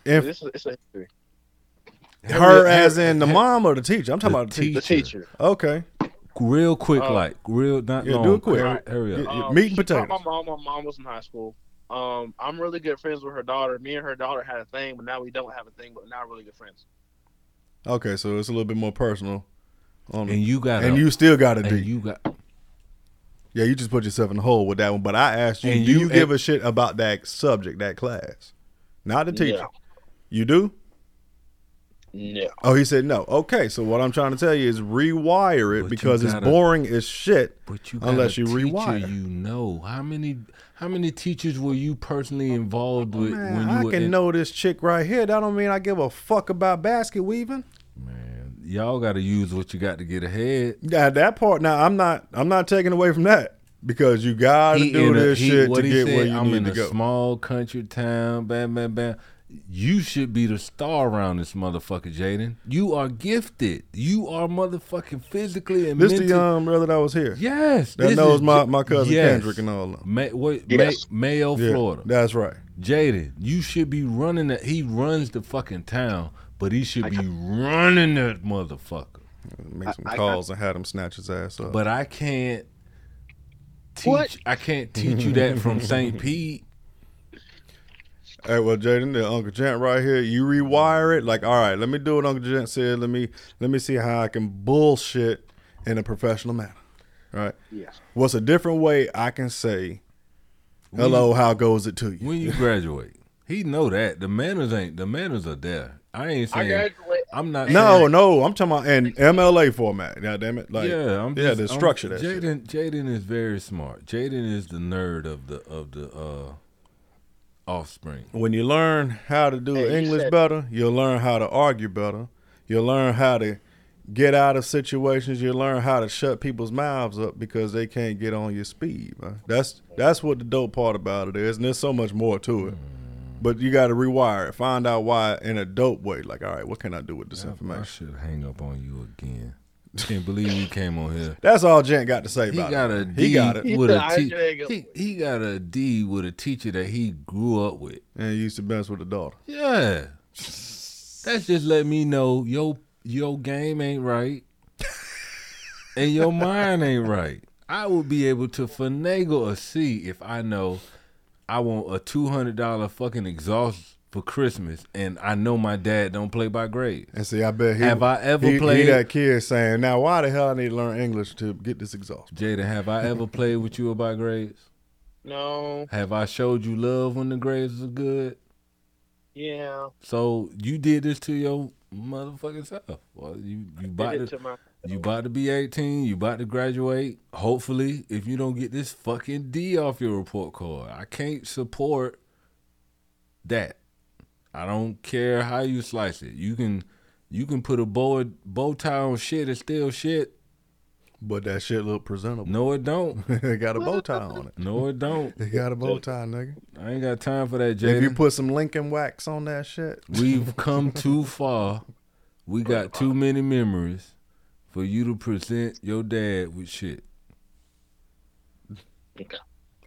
S1: If-
S16: this is, it's a history.
S1: her as in the mom or the teacher. I'm talking about the teacher.
S16: The teacher.
S1: Okay.
S7: real quick,
S16: Uh,
S7: like real not
S1: Yeah,
S7: long.
S1: do it quick.
S7: Hurry, hurry
S1: Yeah,
S7: up.
S1: yeah,
S16: Um,
S1: meat and
S16: she taught
S1: potatoes.
S16: My mom, my mom was in high school. Um, I'm really good friends with her daughter. Me and her daughter had a thing, but now we don't have a thing. But now we're really good friends.
S1: Okay, so it's a little bit more personal. On
S7: And
S1: it.
S7: you got
S1: and
S7: a-
S1: you still got a D.
S7: and you got
S1: yeah, you just put yourself in the hole with that one. But I asked you,
S7: And
S1: do you,
S7: you-
S1: give a shit about that subject, that class? Not the teacher.
S16: Yeah.
S1: You do?
S16: No.
S1: Oh, he said no. Okay, so what I'm trying to tell you is rewire it
S7: you
S1: because it's
S7: gotta-
S1: boring as shit.
S7: But you got
S1: unless
S7: a
S1: you
S7: teacher
S1: rewire.
S7: you know how many how many teachers were you personally involved with
S1: Oh, Man,
S7: when you
S1: I
S7: were
S1: can
S7: in,
S1: know this chick right here. That don't mean I give a fuck about basket weaving.
S7: y'all got to use what you got to get ahead.
S1: Yeah, that part. Now I'm not. I'm not taking away from that because you gotta
S7: He
S1: do
S7: in a-
S1: this
S7: he-
S1: shit
S7: what
S1: to
S7: he
S1: get
S7: said,
S1: where you
S7: I'm
S1: need
S7: in
S1: to
S7: a
S1: go.
S7: small country town. Bam, bam, bam. You should be the star around this motherfucker, Jaden. You are gifted. You are motherfucking physically and
S1: This the
S7: mentally.
S1: young brother that was here.
S7: Yes,
S1: that
S7: this
S1: knows
S7: is
S1: my,
S7: J-
S1: my cousin
S7: yes.
S1: Kendrick and all of them.
S7: Ma- wait,
S1: Yes.
S7: Ma- Mayo,
S1: Yeah,
S7: Florida.
S1: That's right.
S7: Jaden, you should be running that. He runs the fucking town, but he should be running that motherfucker.
S1: Make some calls and had him snatch his ass up.
S7: But I can't teach. I can't teach you that from
S1: <laughs>
S7: St. Pete.
S1: Hey, well, Jaden, the Uncle Gent right here. You rewire it. Like, all right, let me do what Uncle Gent said. Let me let me see how I can bullshit in a professional manner. Right?
S11: Yeah.
S1: What's a different way I can say, hello,
S7: When-
S1: how goes it to you?
S7: When you graduate, he know that the manners ain't. The manners are there. I ain't saying. I am not.
S1: No,
S7: saying-
S1: no, I'm talking about in MLA format. God damn it! Like,
S7: yeah, I'm
S1: yeah,
S7: just,
S1: the
S7: I'm-
S1: structure that shit.
S7: Jaden Jaden is very smart. Jaden is the nerd of the of the uh offspring.
S1: When you learn how to do
S7: Hey, you
S1: English
S7: said-
S1: better, you'll learn how to argue better. You'll learn how to get out of situations. You'll learn how to shut people's mouths up because they can't get on your speed. man. That's that's what the dope part about it is, and there's so much more to it. But you got to rewire it. Find out why in a dope way. Like, all right, what can I do with this
S7: I
S1: information?
S7: should hang up on you again. Can't believe you came on here.
S1: That's all Jen got to say
S7: He
S1: about
S7: got
S1: it.
S7: a D
S1: He got it.
S7: with a te- he, he got a D with a teacher that he grew up with.
S1: And used to mess with a daughter.
S7: Yeah. That's just let me know your your game ain't right. and your mind ain't right. I will be able to finagle a C if I know I want a two hundred dollar fucking exhaust for Christmas and I know my dad don't play by grade.
S1: And see, I bet he,
S7: Have I ever
S1: he- he
S7: played-
S1: that kid saying, "Now, why the hell I need to learn English to get this exhaust?"
S7: Jada, have I ever played with you about grades?
S16: No.
S7: Have I showed you love when the grades are good?
S16: Yeah.
S7: So you did this to your motherfucking self. Well, you you about
S16: did
S7: to,
S16: it to my-
S7: you about to be eighteen. You about to graduate. Hopefully, if you don't get this fucking D off your report card, I can't support that. I don't care how you slice it. You can you can put a bow bow tie on shit. It's still shit.
S1: But that shit look presentable.
S7: No, it don't. <laughs>
S1: it <laughs> got a bow tie on it.
S7: No, it don't.
S1: It got a bow tie, nigga.
S7: I ain't got time for that, Jada.
S1: If you put some Lincoln wax on that shit,
S7: We've come too far. We got too many memories for you to present your dad with shit.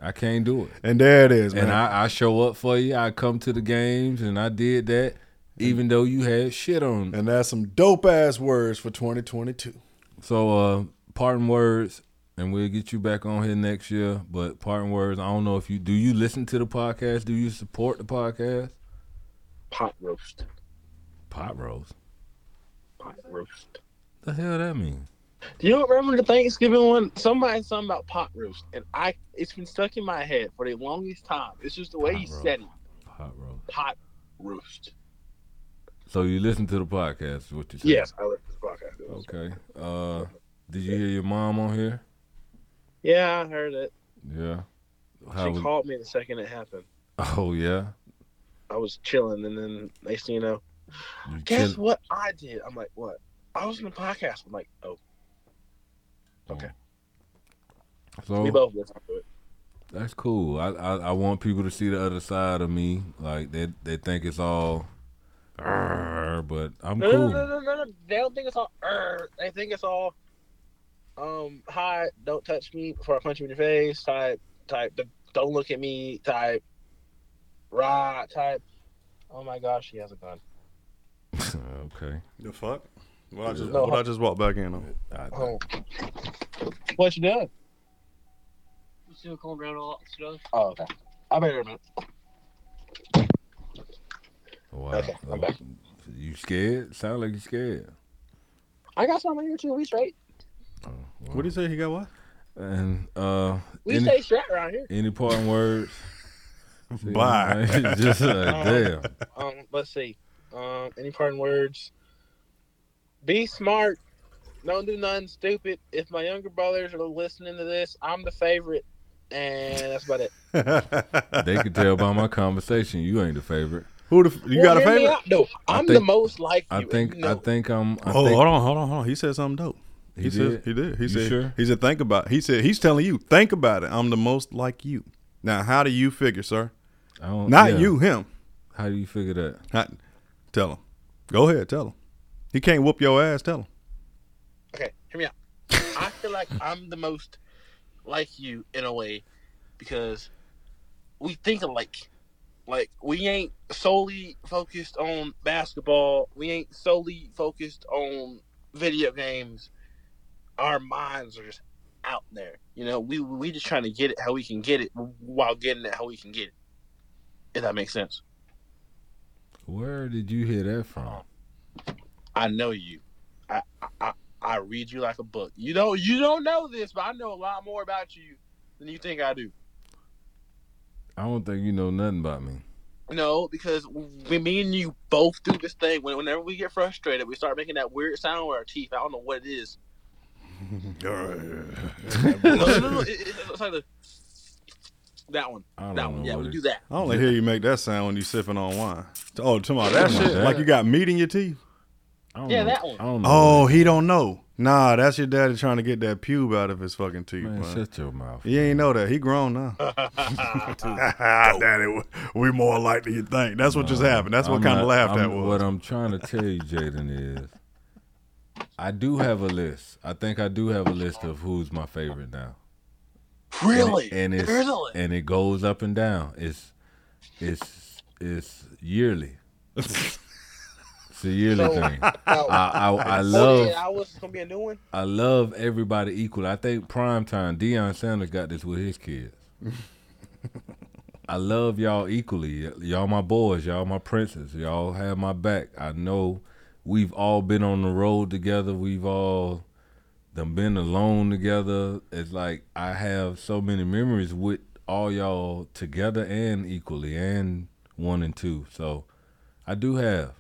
S7: I can't do it.
S1: And there it is, man.
S7: And I, I show up for you. I come to the games, and I did that, even though you had shit on.
S1: And that's some dope ass words for 2022.
S7: So, uh, parting words, and we'll get you back on here next year. But parting words, I don't know if you do. You listen to the podcast? Do you support the podcast?
S16: Pot roast.
S7: Pot roast.
S16: Pot roast.
S7: The hell that mean?
S16: Do you remember the Thanksgiving one? Somebody said something about pot roast, and I it's been stuck in my head for the longest time. It's just the way
S7: Pot
S16: you
S7: roast.
S16: said it.
S7: Pot roast.
S16: Pot roast.
S7: So you listen to the podcast? Is what you say?
S16: Yes, I listen to the podcast.
S7: Okay. Uh, did you hear your mom on here?
S16: Yeah, I heard it.
S7: Yeah. How
S16: she
S7: was-
S16: called me the second it happened.
S7: <laughs> Oh yeah.
S16: I was chilling, and then next thing you know,
S7: You
S16: guess
S7: chill-
S16: what I did? I'm like, what? I was in the podcast. I'm like, oh, okay.
S7: So
S16: We
S7: Oh.
S16: both listened to it.
S7: that's cool. I, I I want people to see the other side of me. Like they they think it's all, "Arr," but I'm
S16: no,
S7: cool.
S16: no, no, no, no, no. They don't think it's all. "Arr." They think it's all. Um, hi, don't touch me before I punch you in your face. Type, type. The, don't look at me. Type. Rah. Type. Oh my gosh, he has a gun.
S7: <laughs> okay.
S1: The fuck? What I just
S16: No.
S1: what I just walked back in on?
S16: Oh. What you doing?
S17: Still cold around all that stuff.
S16: Oh, okay. I better admit.
S7: Wow. You scared? Sound like you scared.
S16: I got something here too. We straight.
S1: What do you say? He got what?
S7: And uh,
S16: We
S7: any-
S16: stay straight around here.
S7: Any parting words?
S1: <laughs>
S7: See,
S1: <laughs> Bye.
S7: man, <laughs>
S16: <laughs>
S7: Just like, damn.
S16: Um, um, let's see. Um, any parting words? Be smart. Don't do nothing stupid. If my younger brothers are listening to this, I'm the favorite, and that's about it.
S7: They could tell by my conversation you ain't the favorite.
S1: Who the f- you
S16: Well,
S1: got a
S16: hear me
S1: favorite?
S16: out, though.
S7: I
S16: I'm the
S7: think-
S16: most like
S7: I
S16: you, and
S7: think
S16: you
S7: I
S16: know it.
S7: think I'm. I
S1: oh,
S7: think,
S1: hold on, hold on, hold on. He said something dope.
S7: He
S1: said
S7: did?
S1: he did. He
S7: You
S1: said
S7: sure?
S1: he said think about. It. He said he's telling you think about it. I'm the most like you. Now, how do you figure, sir?
S7: I don't,
S1: Not
S7: yeah.
S1: you, him.
S7: How do you figure that?
S1: I, tell him. Go ahead, tell him. He can't whoop your ass. Tell him.
S16: Okay, hear me out. I feel like I'm the most like you in a way because we think alike. Like we ain't solely focused on basketball. We ain't solely focused on video games. Our minds are just out there. You know, we we just trying to get it how we can get it while getting it how we can get it. If that makes sense.
S7: Where did you hear that from?
S16: I know you. I I, I read you like a book. You know you don't know this, but I know a lot more about you than you think I do.
S7: I don't think you know nothing about me.
S16: No, because we, me and you both do this thing. When, whenever we get frustrated, we start making that weird sound with our teeth. I don't know what it
S7: <laughs>
S16: is. no, no, no, no. It, it, it's like the, that one.
S7: I don't
S16: That
S7: know
S16: one. Yeah,
S7: what
S16: we
S7: it-
S16: do that.
S1: I only hear you make that sound when you sipping on wine. Oh, tomorrow that
S7: Something
S1: shit,
S7: like that.
S1: like you got meat in your teeth.
S16: Yeah, that one.
S1: Oh, he don't know. Nah, that's your daddy trying to get that pube out of his fucking teeth.
S7: Man,
S1: Man,
S7: shut your mouth.
S1: He ain't know that. He grown <laughs> now. daddy, we more like than you think. That's what just happened. That's what
S7: I'm
S1: kind
S7: not-
S1: of laugh that
S7: I'm-
S1: was.
S7: What I'm trying to tell you, Jaden, is I do have a list. I think I do have a list of who's my favorite now.
S16: Really?
S7: And, it, and it's
S16: Really?
S7: and it goes up and down. It's it's it's yearly. it's a yearly
S16: So-
S7: thing.
S16: so-
S7: I, I, I
S16: Oh,
S7: love
S16: yeah, I was- it's gonna be a new one?
S7: I love everybody equal. I think prime time Deion Sanders got this with his
S16: <laughs>
S7: kids. I love y'all equally. Y- Y'all my boys. Y'all my princes. Y'all have my back. I know we've all been on the road together. We've all done been alone together. It's like I have so many memories with all y'all together and equally and one and two. So I do have.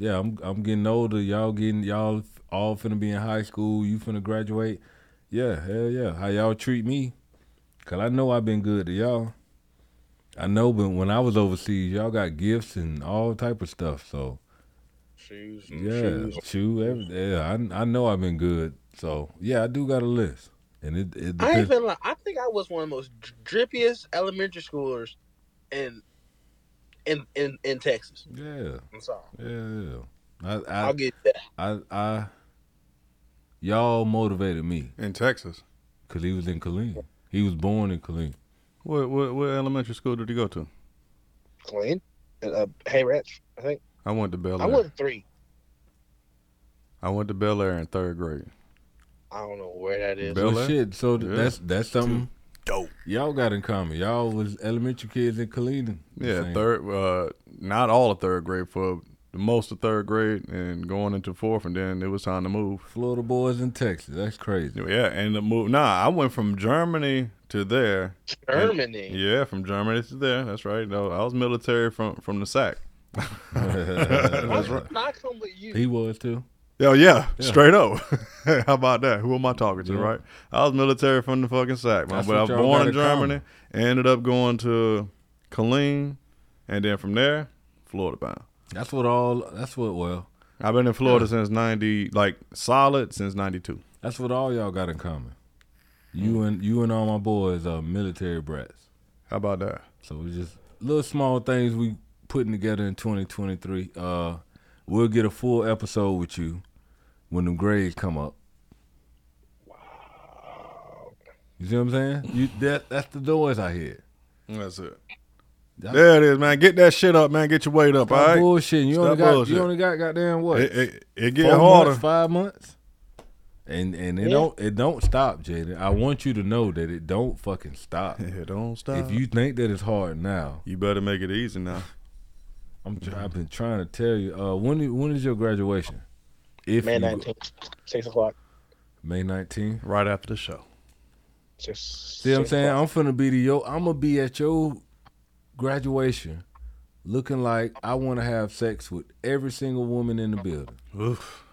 S7: Yeah, I'm I'm getting older. Y'all getting y'all f- all finna be in high school. You finna graduate. Yeah, hell yeah. How y'all treat me? Cause I know I've been good to y'all. I know, but when I was overseas, y'all got gifts and all type of stuff. So
S16: Shoes.
S7: yeah, chew every. Yeah, I I know I've been good. So yeah, I do got a list, and it it
S16: I
S7: <laughs>
S16: ain't
S7: depends.
S16: feeling. Like, I think I was one of the most drippiest elementary schoolers in in in, in Texas.
S7: Yeah.
S16: I'm sorry.
S7: Yeah, I, I,
S16: I'll get that.
S7: I, I, y'all motivated me
S1: <laughs> in Texas
S7: because he was in Killeen. He was born in Killeen.
S1: What, what what elementary school did you go to?
S16: Clean. Uh, hey, Ranch. I think
S1: I went to Bel
S16: I
S1: Air.
S16: went three.
S1: I went to Bel Air in third grade.
S16: I don't know where that is.
S1: Bel
S7: Well,
S1: Air?
S7: shit. So th-
S1: Yeah.
S7: that's that's something
S1: dope.
S7: Y'all got in common. Y'all was elementary kids in Killeen.
S1: Yeah,
S7: Same.
S1: third. Uh, not all of third grade for the most of third grade, and going into fourth, and then it was time to move.
S7: Florida boys in Texas. That's crazy.
S1: Yeah, and the move. Nah, I went from Germany to there. And-
S16: Germany?
S1: yeah, from Germany to there. That's right. No, I was military from from the
S7: <laughs>
S1: sack. <laughs> That's right.
S16: Not come with you.
S7: He was too.
S1: Oh yeah,
S7: Yeah.
S1: straight up. <laughs> How about that? Who am I talking to?
S7: Yeah.
S1: Right? I was military from the fucking sack, man.
S7: That's
S1: But I
S7: what
S1: was
S7: y'all
S1: born
S7: got
S1: in
S7: in common.
S1: Germany, ended up going to Killeen, and then from there, Florida bound.
S7: That's what all. That's what. Well,
S1: I've been in Florida
S7: Yeah.
S1: since ninety, like solid since ninety two.
S7: that's what all y'all got in common. You
S1: Hmm.
S7: and you and all my boys are military brats.
S1: How about that?
S7: So it's just little small things we putting together in 2023. Uh, we'll get a full episode with you when the grades come up. You see what I'm saying? You that that's the noise I hear.
S1: That's it.
S7: That-
S1: There it is, man. Get that shit up, man. Get your weight up.
S7: Stop
S1: all right.
S7: bullshitting. You
S1: Stop
S7: only got
S1: bullshit.
S7: you only got goddamn what?
S1: It, it, it
S7: Four
S1: get harder.
S7: months, five months, and and it
S1: Yeah.
S7: don't it don't stop, Jaden. I want you to know that it don't
S1: <laughs>
S7: fucking stop.
S1: It don't stop.
S7: If you think that it's hard now,
S1: you better make it easy now.
S7: I'm tr- I've been trying to tell you. Uh, when i- when is your graduation? If
S16: May
S7: you go-
S16: nineteenth, six o'clock.
S7: May 19th,
S1: right after the show.
S16: Just
S7: See what I'm saying? I'm finna be to your. I'm gonna be at your graduation, looking like I want to have sex with every single woman in the building.
S1: Oof.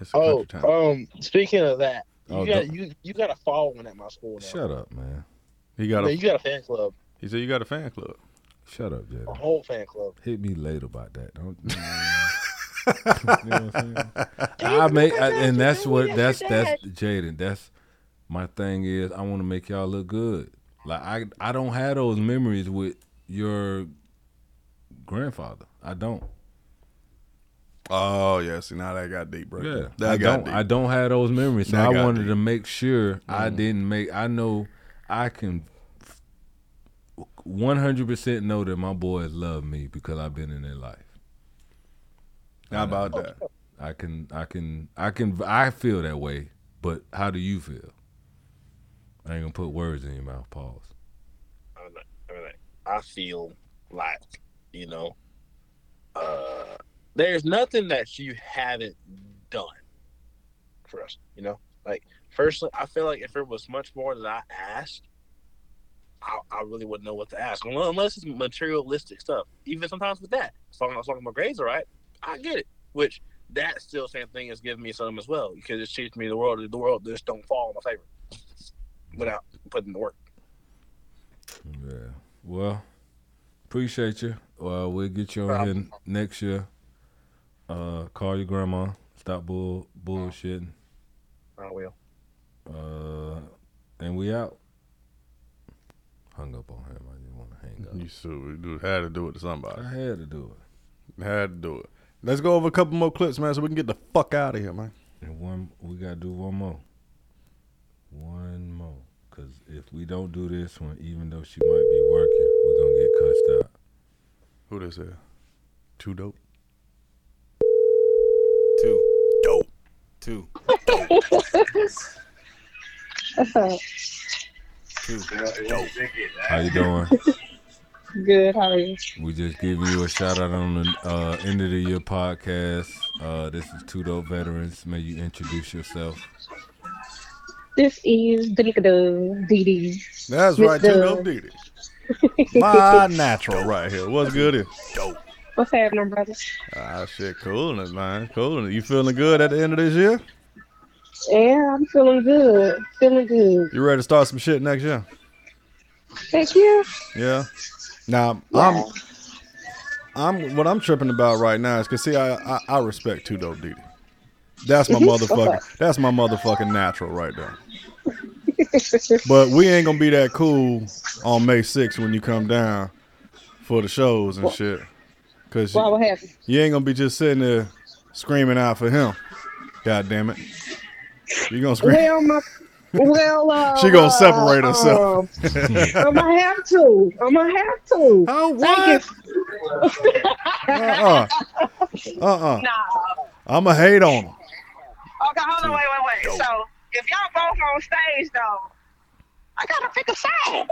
S1: It's
S16: Oh, um. Speaking of that, you
S7: Oh,
S16: got
S7: don't-
S16: you you got a following at my school now.
S7: Shut up, man.
S1: You got
S16: Man,
S1: a.
S16: you got a fan club,
S1: He said you got a fan club.
S7: Shut up, Jay.
S16: a whole fan club.
S7: Hit me later about that. Don't.
S1: <laughs>
S7: you know what I'm saying? I make, I, and that's what that's that's Jaden. That's my thing is I want to make y'all look good. Like I I don't have those memories with your grandfather. I don't.
S1: Oh yeah, see now that got deep, bro.
S7: Yeah,
S1: that
S7: I
S1: got
S7: don't.
S1: deep.
S7: I don't have those memories, so
S1: That
S7: I
S1: got Mm-hmm.
S7: wanted to make sure I didn't make. I know I can. One hundred percent know that my boys love me because I've been in their life.
S1: How about that?
S7: I can, I can, I can, I feel that way. But how do you feel? I ain't gonna put words in your mouth. Pause.
S16: I mean, like- I mean, like, I feel like, you know, uh, there's nothing that you haven't done for us, you know? Like, firstly, I feel like if it was much more that I asked, I, I really wouldn't know what to ask, Unle- unless it's materialistic stuff. Even sometimes with that, as long as, as long as my grades are right, I get it. Which that still same thing is giving me some as well because it teaches me the world. The world just don't fall in my favor without putting the work.
S7: Yeah. Well, appreciate you. Well, we'll get you on here next year. Uh, call your grandma. Stop bull bullshitting.
S16: I will.
S7: Uh, and we out. Hung up on him. I didn't want to hang up.
S1: You should. You had to do it to somebody. I
S7: had to do
S1: it. Had to do it. Let's go over a couple more clips, man, so we can get the fuck out of here, man.
S7: And one, we gotta do one more. One more, cause if we don't do this one, even though she might be working, we're gonna get cussed out.
S1: Who this is? Too dope.
S18: Two. Dope. Two.
S7: Two. How you doing?
S19: Good. How are you?
S7: We just give you a shout out on the uh, end of the year podcast. Uh, this is Two Dope Veterans. May you introduce yourself.
S19: This is Dinkadoo Dee Dee.
S1: That's
S19: Miss
S1: right, Too
S19: Dove.
S1: Dope Diddy. My natural right here. What's good? Here? Dope.
S19: What's happening, brother?
S1: Ah, shit, coolness, man. Coolness. You feeling good at the end of this year?
S19: Yeah, I'm feeling good. Feeling good.
S1: You ready to start some shit next year?
S19: Thank <laughs> you.
S1: Yeah. Now I'm, I'm what I'm tripping about right now is cause see I I, I respect Two Dope Diddy. That's my
S19: Mhm.
S1: motherfucking
S19: Okay.
S1: that's my motherfucking natural right there. But we ain't gonna be that cool on May 6th when you come down for the shows and shit. Cause
S19: Why?
S1: you,
S19: What happened?
S1: you ain't gonna be just sitting there screaming out for him. God damn it. You gonna scream
S19: Well, my well, uh,
S1: <laughs> She gonna
S19: uh,
S1: separate herself. <laughs>
S19: I'm gonna have to. I'm gonna have to.
S1: Oh,
S19: what?
S1: uh-uh.
S19: <laughs>
S1: Uh-uh. I'ma hate on him.
S20: Okay, hold on, wait, wait, wait. So if y'all both on stage though, I gotta pick a side.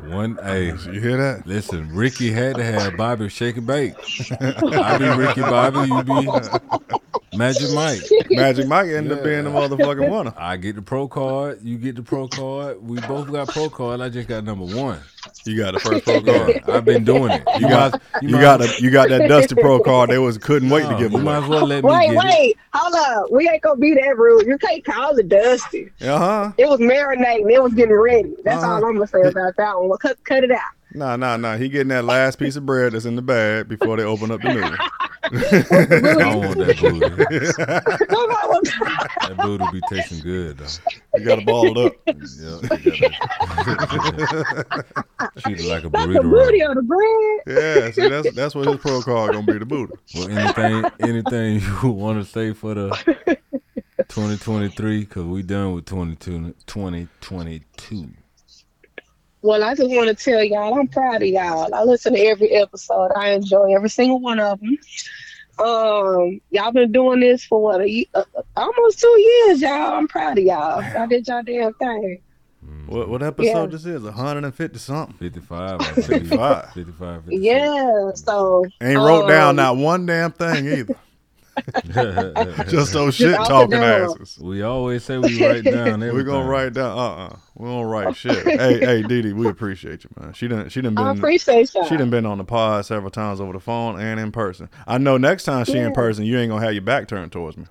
S7: One, hey,
S1: you hear that?
S7: Listen, Ricky had to have Bobby shake and bake. <laughs> I be Ricky Bobby, you be Magic Mike.
S1: Magic Mike end up being the motherfucking winner.
S7: I get the pro card, you get the pro card. We both got pro card. I just got number one.
S1: You got the
S19: <laughs>
S1: first pro card.
S7: I've been doing it.
S1: You got you got a, you got that Dusty Pro card. They was couldn't wait to
S7: No,
S1: give
S7: you
S1: away.
S7: might as well let
S19: wait, wait. Hold up. We ain't gonna be that rude. You can't call it dusty.
S1: Uh huh.
S19: It was marinating. It was getting ready. That's
S1: Uh-huh.
S19: all I'm gonna say about that one. Well, cut, cut it out.
S1: Nah, nah, nah. He getting that last piece of bread that's in the bag before they open up the new one. <laughs>
S7: I want that booty. that booty be tasting good though.
S1: You got to ball it up.
S7: Yeah, you gotta treat it like a
S19: The
S7: burrito. roll.
S19: booty on the bread.
S1: Yeah, see, that's that's what his pro card gonna be the booty.
S7: Well, anything, anything you <laughs> want to say for the 2023? Because we done with 22, 2022.
S19: Well, I just want to tell y'all, I'm proud of y'all. I listen to every episode. I enjoy every single one of them. Um, y'all been doing this for what a, ye- uh, uh, almost two years, y'all. I'm proud of y'all. Y'all did y'all damn thing.
S1: What what episode
S19: Yeah.
S1: this is? hundred and fifty something.
S7: Fifty five.
S1: Fifty five.
S7: Fifty five.
S19: Yeah. So
S1: Ain't wrote down
S19: um,
S1: not one damn thing either.
S7: <laughs>
S1: Just those
S19: Just
S1: shit
S19: off the
S1: talking
S19: dome.
S1: asses.
S7: We always say
S1: <laughs>
S7: we write down
S1: We
S7: everything.
S1: gonna write down. Uh uh We don't write shit. hey hey, Dee Dee, we appreciate you, man. She done she done been.
S19: I appreciate y'all.
S1: She done been on the pod several times over the phone and in person. I know next time she
S19: Yeah.
S1: in person, you ain't gonna have your back turned towards me.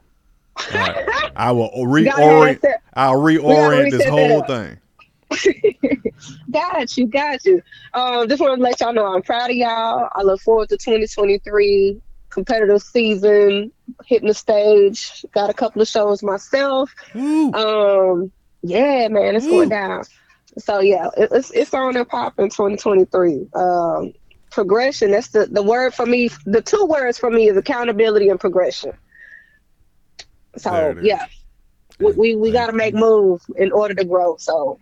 S1: All right. <laughs> I will
S19: Gotta
S1: reorient.
S19: reset-
S1: I'll
S19: we gotta
S1: reorient this
S19: reset
S1: whole
S19: that.
S1: thing.
S19: <laughs> Got you, got you. Um, just want to let y'all know I'm proud of y'all. I look forward to 2023 competitive season, hitting the stage. Got a couple of shows myself. Um, yeah, man, it's going down. So yeah, it, it's it's on and popping 2023. Um, progression. That's the, the word for me. The two words for me is accountability and progression.
S1: There
S19: So
S1: it is.
S19: yeah, we we, we got to make moves in order to grow. So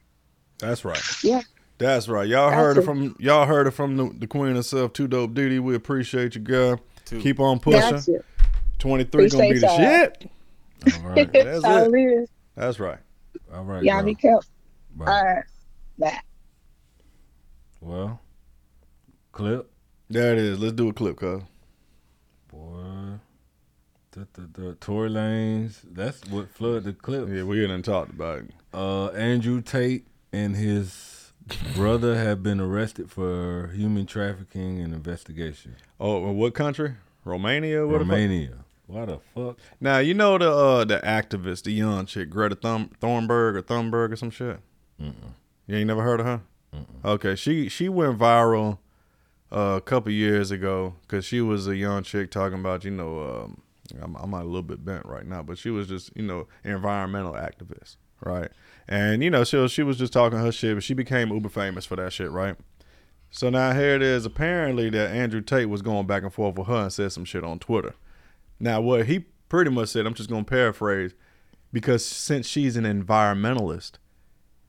S1: That's right.
S19: yeah,
S1: That's right. Y'all heard it from y'all heard it from the, the queen herself. Two dope duty. We appreciate you, girl. Keep on
S19: That's
S1: pushing.
S19: it.
S1: Twenty three gonna be the
S19: Appreciate
S1: shit. All right. <laughs> That's
S19: so
S1: it.
S19: it is.
S1: That's right.
S7: All right.
S19: Y'all
S7: girl.
S19: be careful.
S7: Bye.
S19: All right, bye.
S7: Well, clip.
S1: There it is. Let's do a clip, cuz.
S7: Boy. The, the, the Tory Lanes. That's what flooded the clip.
S1: Yeah, we didn't talk about it.
S7: Uh, Andrew Tate and his brother have been arrested for human trafficking and investigation.
S1: Oh, well, what country? Romania? What the fuck?
S7: Romania. Why the fuck?
S1: Now you know the uh, the activist, the young chick, Greta Thum- Thunberg or Thunberg or some shit. You ain't never heard of her? Okay, she she went viral uh, a couple years ago because she was a young chick talking about you know um, I'm I'm a little bit bent right now, but she was just you know environmental activist, right? And you know she was, she was just talking her shit, but she became uber famous for that shit, right? So now here it is. Apparently that Andrew Tate was going back and forth with her and said some shit on Twitter. Now, what he pretty much said, I'm just going to paraphrase, because since she's an environmentalist,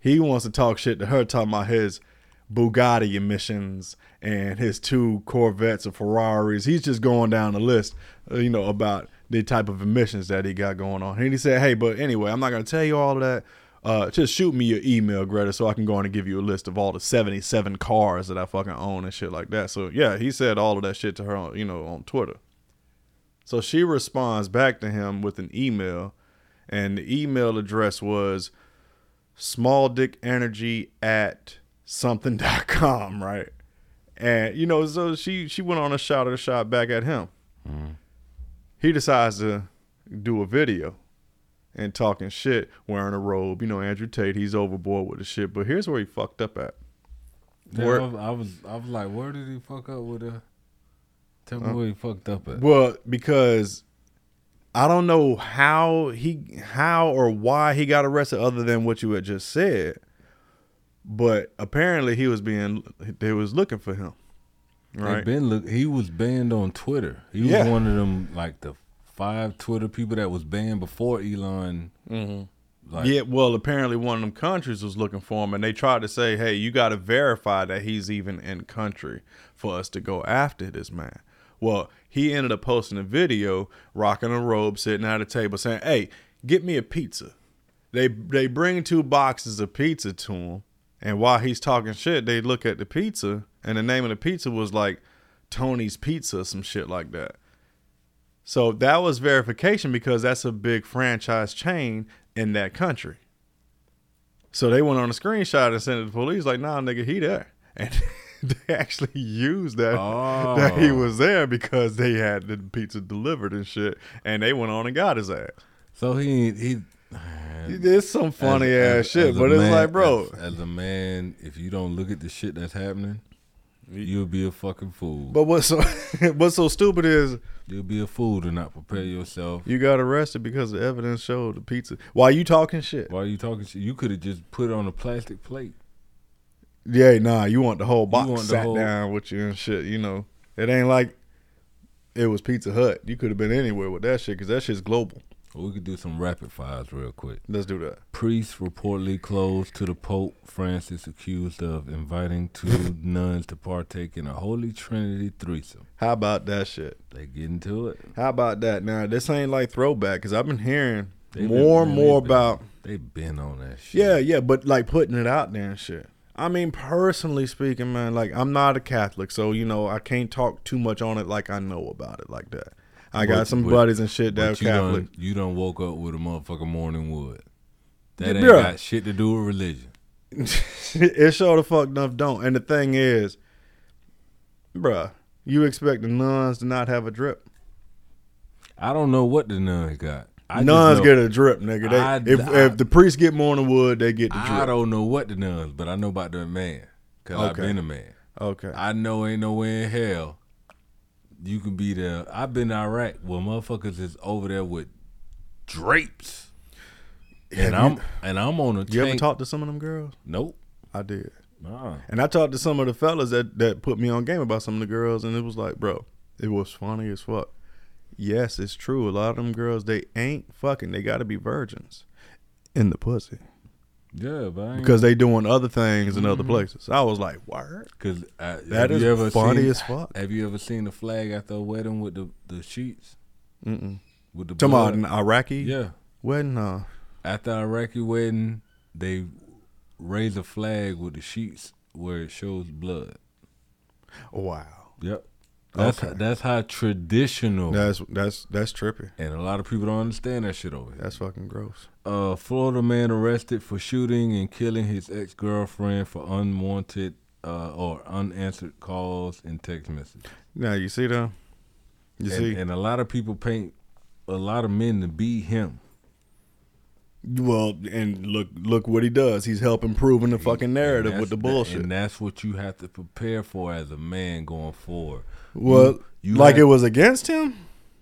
S1: he wants to talk shit to her, talking about his Bugatti emissions and his two Corvettes or Ferraris. He's just going down the list, uh, you know, about the type of emissions that he got going on. And he said, hey, but anyway, I'm not going to tell you all of that. Uh, just shoot me your email, Greta, so I can go on and give you a list of all the 77 cars that I fucking own and shit like that. So, yeah, he said all of that shit to her, on, you know, on Twitter. So she responds back to him with an email, and the email address was small dick energy at something.com, right? And you know, so she she went on a shot of a shot back at him. He decides to do a video and talking shit, wearing a robe. You know, Andrew Tate, he's overboard with the shit. But here's where he fucked up at.
S7: Damn,
S1: Where-
S7: I, was, I was I was like, where did he fuck up with her? Tell me
S1: Uh,
S7: where he fucked up at.
S1: Well, because I don't know how he how or why he got arrested other than what you had just said. But apparently he was being they was looking for him.
S7: They
S1: Right.
S7: been look. He was banned on Twitter. He was
S1: Yeah.
S7: one of them like the five Twitter people that was banned before Elon. Like,
S1: yeah, well, apparently one of them countries was looking for him, and they tried to say, "Hey, you got to verify that he's even in country for us to go after this man." Well, he ended up posting a video, rocking a robe, sitting at a table, saying, "Hey, get me a pizza." They they bring two boxes of pizza to him, and while he's talking shit, they look at the pizza, and the name of the pizza was like Tony's Pizza, or some shit like that. So that was verification because that's a big franchise chain in that country. So they went on a screenshot and sent it to the police, like, nah, nigga, he there. <laughs> And they actually used that, that he
S7: Oh.
S1: was there because they had the pizza delivered and shit. And they went on and got his ass.
S7: So he he
S1: It's some funny ass shit,
S7: a
S1: but it's
S7: man-
S1: like,
S7: <laughs>
S1: bro.
S7: as, as a man, if you don't look at the shit that's happening, you'll be a fucking fool.
S1: But what's so <laughs> what's so stupid is
S7: you'll be a fool to not prepare yourself.
S1: you got arrested because the evidence showed the pizza. Why you talking shit?
S7: Why are you talking shit? You could have just put it on a plastic plate.
S1: Yeah, nah, you want the whole
S7: You want
S1: box
S7: the
S1: sat
S7: whole-
S1: down with you and shit, you know. It ain't like it was Pizza Hut. You could have been anywhere with that shit because that shit's global.
S7: We could do some rapid fires real quick.
S1: Let's do that.
S7: Priest reportedly closed to the Pope Francis accused of inviting
S1: <laughs>
S7: two nuns to partake in a Holy Trinity threesome.
S1: How about that shit?
S7: They get into it.
S1: How about that? Now, this ain't like throwback because I've been hearing
S7: They been
S1: more and
S7: really
S1: more
S7: been-
S1: about.
S7: They been on that shit.
S1: Yeah, yeah, but like putting it out there and shit. I mean, personally speaking, man, like I'm not a Catholic, so you know I can't talk too much on it like I know about it like that. I got
S7: But-
S1: some
S7: but-
S1: buddies and shit that
S7: but
S1: are
S7: you done-
S1: Catholic.
S7: you done woke up with a motherfucking morning wood. That ain't
S1: Bruh.
S7: got shit to do with religion.
S1: <laughs> it sure the fuck enough don't. And the thing is, bruh, you expect the nuns to not have a drip?
S7: I don't know what the nuns got. I just
S1: nuns
S7: know-
S1: get a drip, nigga. They,
S7: I-
S1: if,
S7: I-
S1: if the priests get more than wood, they get the drip.
S7: I don't know what the nuns, but I know about the man because I've
S1: Okay.
S7: been a man.
S1: Okay.
S7: I know ain't no way in hell you can be there. I've been to Iraq where motherfuckers is over there with drapes, and
S1: Have you-
S7: I'm and I'm on a.
S1: you ever
S7: tank-
S1: talk to some of them girls?
S7: Nope.
S1: I did. And I talked to some of the fellas that that put me on game about some of the girls, and it was like, bro, it was funny as fuck. Yes, it's true. A lot of them girls, they ain't fucking. They got to be virgins in the pussy
S7: Mm-hmm. Yeah, but I ain't-
S1: because they doing other things in other
S7: Mhm.
S1: places. I was like, word.
S7: Cause I,
S1: that
S7: have
S1: is
S7: you ever
S1: funny
S7: seen,
S1: as fuck.
S7: Have you ever seen the flag after a wedding with the the sheets?
S1: Mm-mm.
S7: With the
S1: Talking about
S7: blood?
S1: an Iraqi
S7: Yeah.
S1: wedding. Uh,
S7: After Iraqi wedding, they raise a flag with the sheets where it shows blood.
S1: Wow.
S7: Yep. That's
S1: Okay.
S7: that's how traditional.
S1: That's that's that's trippy.
S7: And a lot of people don't understand that shit over here.
S1: That's fucking gross.
S7: A Florida man arrested for shooting and killing his ex girlfriend for unwanted uh, or unanswered calls and text messages.
S1: Now you see them. You
S7: and,
S1: see,
S7: and a lot of people paint a lot of men to be him.
S1: well, and look look what he does. He's helping proving the fucking narrative
S7: That's
S1: with the
S7: that-
S1: bullshit.
S7: and that's what you have to prepare for as a man going forward.
S1: Well,
S7: You- you
S1: like
S7: have-
S1: it was against him.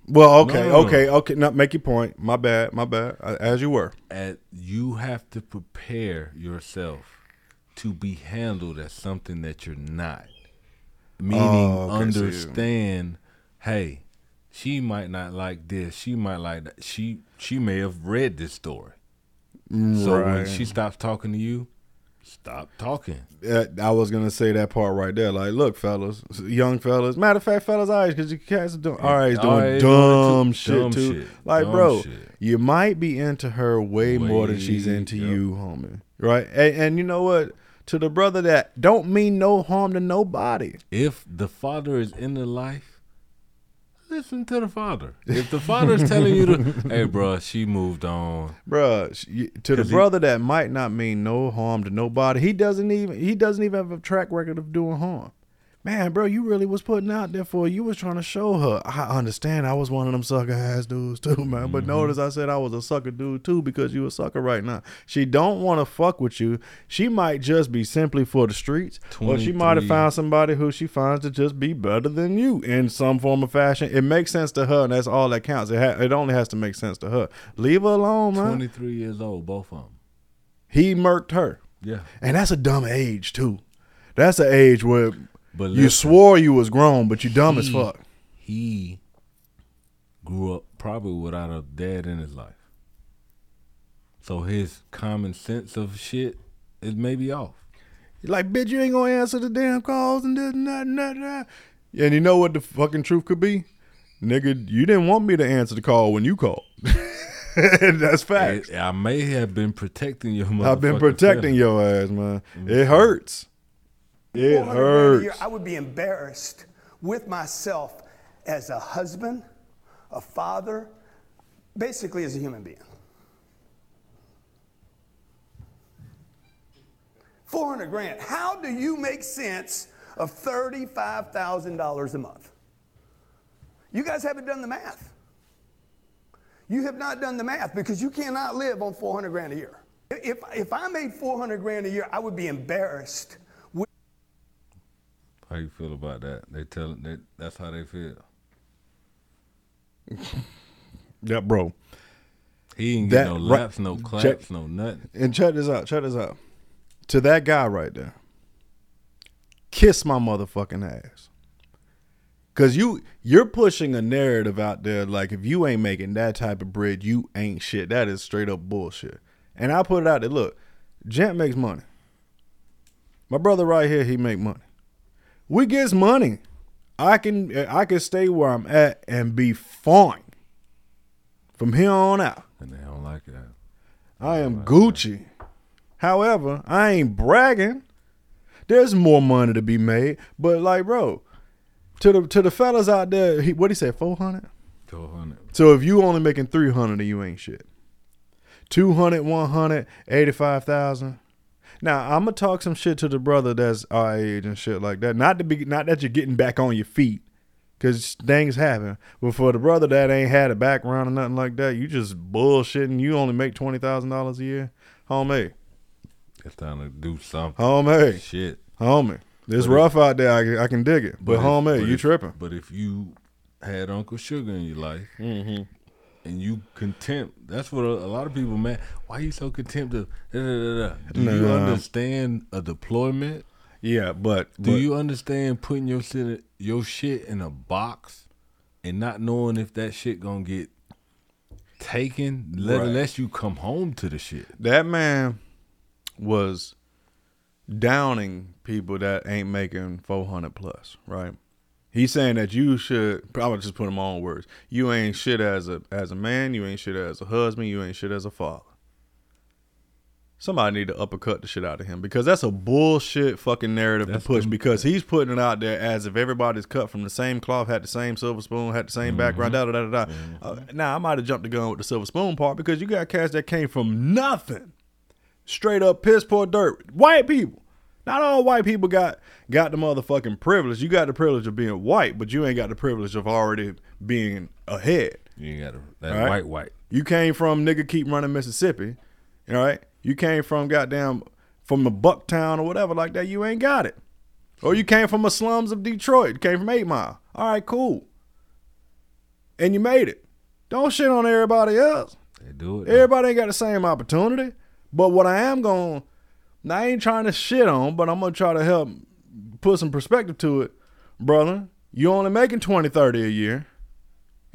S1: Well, okay,
S7: No, no, no.
S1: okay, okay. Not make your point. My bad, my bad. Uh, As you were.
S7: at you have to prepare yourself to be handled as something that you're not. Meaning
S1: Oh, okay, so you-
S7: understand, hey, she might not like this, she might like that. She she may have read this story. So when
S1: Mm, Right.
S7: she stops talking to you, stop talking.
S1: Uh, I was gonna say that part right there. Like, look, fellas, young fellas. Matter of fact, fellas, our age, because you cats are doing, our age doing
S7: Our age doing
S1: dumb
S7: too-
S1: shit
S7: dumb
S1: too.
S7: shit,
S1: Like,
S7: dumb
S1: bro,
S7: shit.
S1: you might be into her way, more than she's
S7: Way-
S1: into you, homie. Right? And, and you know what? To the brother that don't mean no harm to nobody.
S7: If the father is in the life, listen to the father. If the father's
S1: <laughs>
S7: telling you to, hey, bro, she moved on.
S1: Bruh, sh- y- to the
S7: 'Cause he-
S1: brother that might not mean no harm to nobody, he doesn't even he doesn't even have a track record of doing harm. Man, bro, you really was putting out there for her. you was trying to show her. I understand I was one of them sucker ass dudes too, <laughs> man.
S7: Mm-hmm.
S1: But notice I said I was a sucker dude too because you a sucker right now. She don't want to fuck with you. She might just be simply for the streets, or she might have
S7: 23.
S1: found somebody who she finds to just be better than you in some form of fashion. It makes sense to her, and that's all that counts. It ha- it only has to make sense to her. Leave her alone, man.
S7: 23 years old, both of them.
S1: He murked her.
S7: Yeah.
S1: And that's a dumb age too. That's an age where
S7: But
S1: you
S7: listen.
S1: swore you was grown, but you dumb as
S7: He-
S1: fuck.
S7: He grew up probably without a dad in his life. So his common sense of shit is maybe off.
S1: Like, bitch, you ain't gonna answer the damn calls and this and that and that and that. And you know what the fucking truth could be? Nigga, you didn't want me to answer the call when you called. <laughs> That's facts.
S7: I, I may have been protecting your motherfucking
S1: I've been protecting
S7: feelings.
S1: your ass, man. It hurts. It
S21: 400 grand a
S1: hurts.
S21: year, I would be embarrassed with myself as a husband, a father, basically as a human being. 400 grand. How do you make sense of $35,000 a month? You guys haven't done the math. You have not done the math because you cannot live on 400 grand a year. If, if I made 400 grand a year, I would be embarrassed with
S7: How you feel about that? They tell they, that's how they feel.
S1: Yeah, bro.
S7: He ain't
S1: That
S7: get no
S1: right-
S7: laps, no claps,
S1: check-
S7: no nothing.
S1: And check this out. Check this out. To that guy right there, kiss my motherfucking ass. Cause you you're pushing a narrative out there like if you ain't making that type of bread, you ain't shit. That is straight up bullshit. And I put it out there. Look, Gent makes money. My brother right here, he make money. We gets money. I can I can stay where I'm at and be fine. From here on out.
S7: And they don't like it.
S1: I am Gucci. However, I ain't bragging. There's more money to be made, but like, bro, to the to the fellas out there, he, what he say, four hundred.
S7: Go on it.
S1: So if you only making three hundred, then you ain't shit. 200, 100, 85,000. Now I'm gonna talk some shit to the brother that's our age and shit like that. Not to be, not that you're getting back on your feet, cause things happen. But for the brother that ain't had a background or nothing like that, you just bullshitting. You only make twenty thousand dollars a year, homie,
S7: It's time to do something.
S1: homie,
S7: Shit.
S1: homie. It's rough out there. I, can- I can dig it, but,
S7: if-
S1: homie,
S7: but
S1: you
S7: if-
S1: tripping?
S7: But if you had Uncle Sugar in your life, and you contempt. That's what a, a lot of people mad. Why you so contemptive? Da, da, da, da. Do you
S1: Nah.
S7: understand a deployment?
S1: Yeah, but
S7: do
S1: but-
S7: you understand putting your shit your shit in a box and not knowing if that shit gonna get taken? Let,
S1: Right.
S7: Unless you come home to the shit.
S1: That man was downing people that ain't making 400 plus, right? He's saying that you should probably just put in my own words. You ain't shit as a as a man, you ain't shit as a husband, you ain't shit as a father. Somebody need to uppercut the shit out of him because that's a bullshit fucking narrative to push because he's putting it out there as if everybody's cut from the same cloth, had the same silver spoon, had the same background, da da da da. da. Uh, now I might have jumped the gun with the silver spoon part because you got cats that came from nothing, straight up piss poor dirt. White people, not all white people got got the motherfucking privilege. You got the privilege of being white, but you ain't got the privilege of already being ahead.
S7: You ain't got that
S1: All right?
S7: white white.
S1: You came from nigga keep running Mississippi, all right? You came from goddamn from a Bucktown or whatever like that. You ain't got it, or you came from the slums of Detroit. You came from Eight Mile. All right, cool. And you made it. Don't shit on everybody else.
S7: They do it.
S1: Everybody ain't got the same opportunity. But what I am going, now I ain't trying to shit on, but I'm gonna try to help put some perspective to it, brother. You only making 20, 30 a year,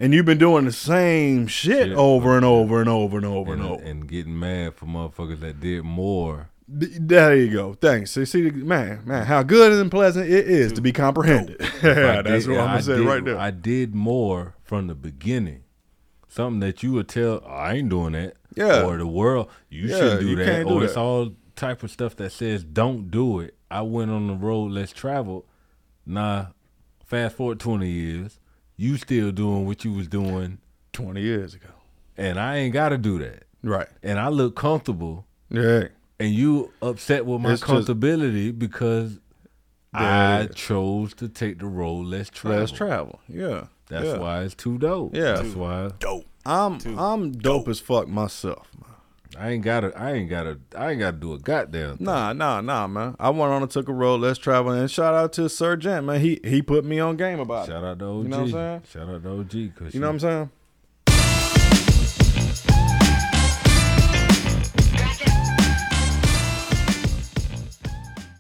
S1: and you've been doing the same shit over and over and over and over and,
S7: and,
S1: over.
S7: and getting mad for motherfuckers that did more.
S1: D- There you go. Thanks. See, see, man, man, how good and pleasant it is to be comprehended. yeah,
S7: If
S1: <laughs>
S7: I
S1: that's
S7: did-
S1: what I'm gonna
S7: I
S1: say
S7: did-
S1: right there.
S7: I did more from the beginning. Something that you would tell, "Oh, I ain't doing that.
S1: Yeah.
S7: Or the world, you
S1: Yeah,
S7: shouldn't do
S1: you
S7: that.
S1: can't do
S7: or it's
S1: that.
S7: all type of stuff that says don't do it. I went on the road less traveled. Nah, fast forward twenty years, you still doing what you was doing
S1: twenty years ago.
S7: And I ain't gotta do that.
S1: Right.
S7: And I look comfortable.
S1: Yeah.
S7: And you upset with my
S1: It's just-
S7: comfortability because
S1: There
S7: I
S1: it is.
S7: chose to take the road less traveled.
S1: Let's travel. Yeah.
S7: That's
S1: yeah.
S7: why it's too dope.
S1: Yeah.
S7: That's why
S1: dope. I'm I'm dope, as fuck myself. Man.
S7: I ain't gotta I ain't gotta I ain't gotta do a goddamn thing.
S1: Nah, nah, nah, man. I went on and took a road. Let's travel. And shout out to Sir Gent, man. He he put me on game about
S7: Shout
S1: it.
S7: out to OG.
S1: You know what I'm saying?
S7: Shout out to OG cause
S1: You know what I'm saying?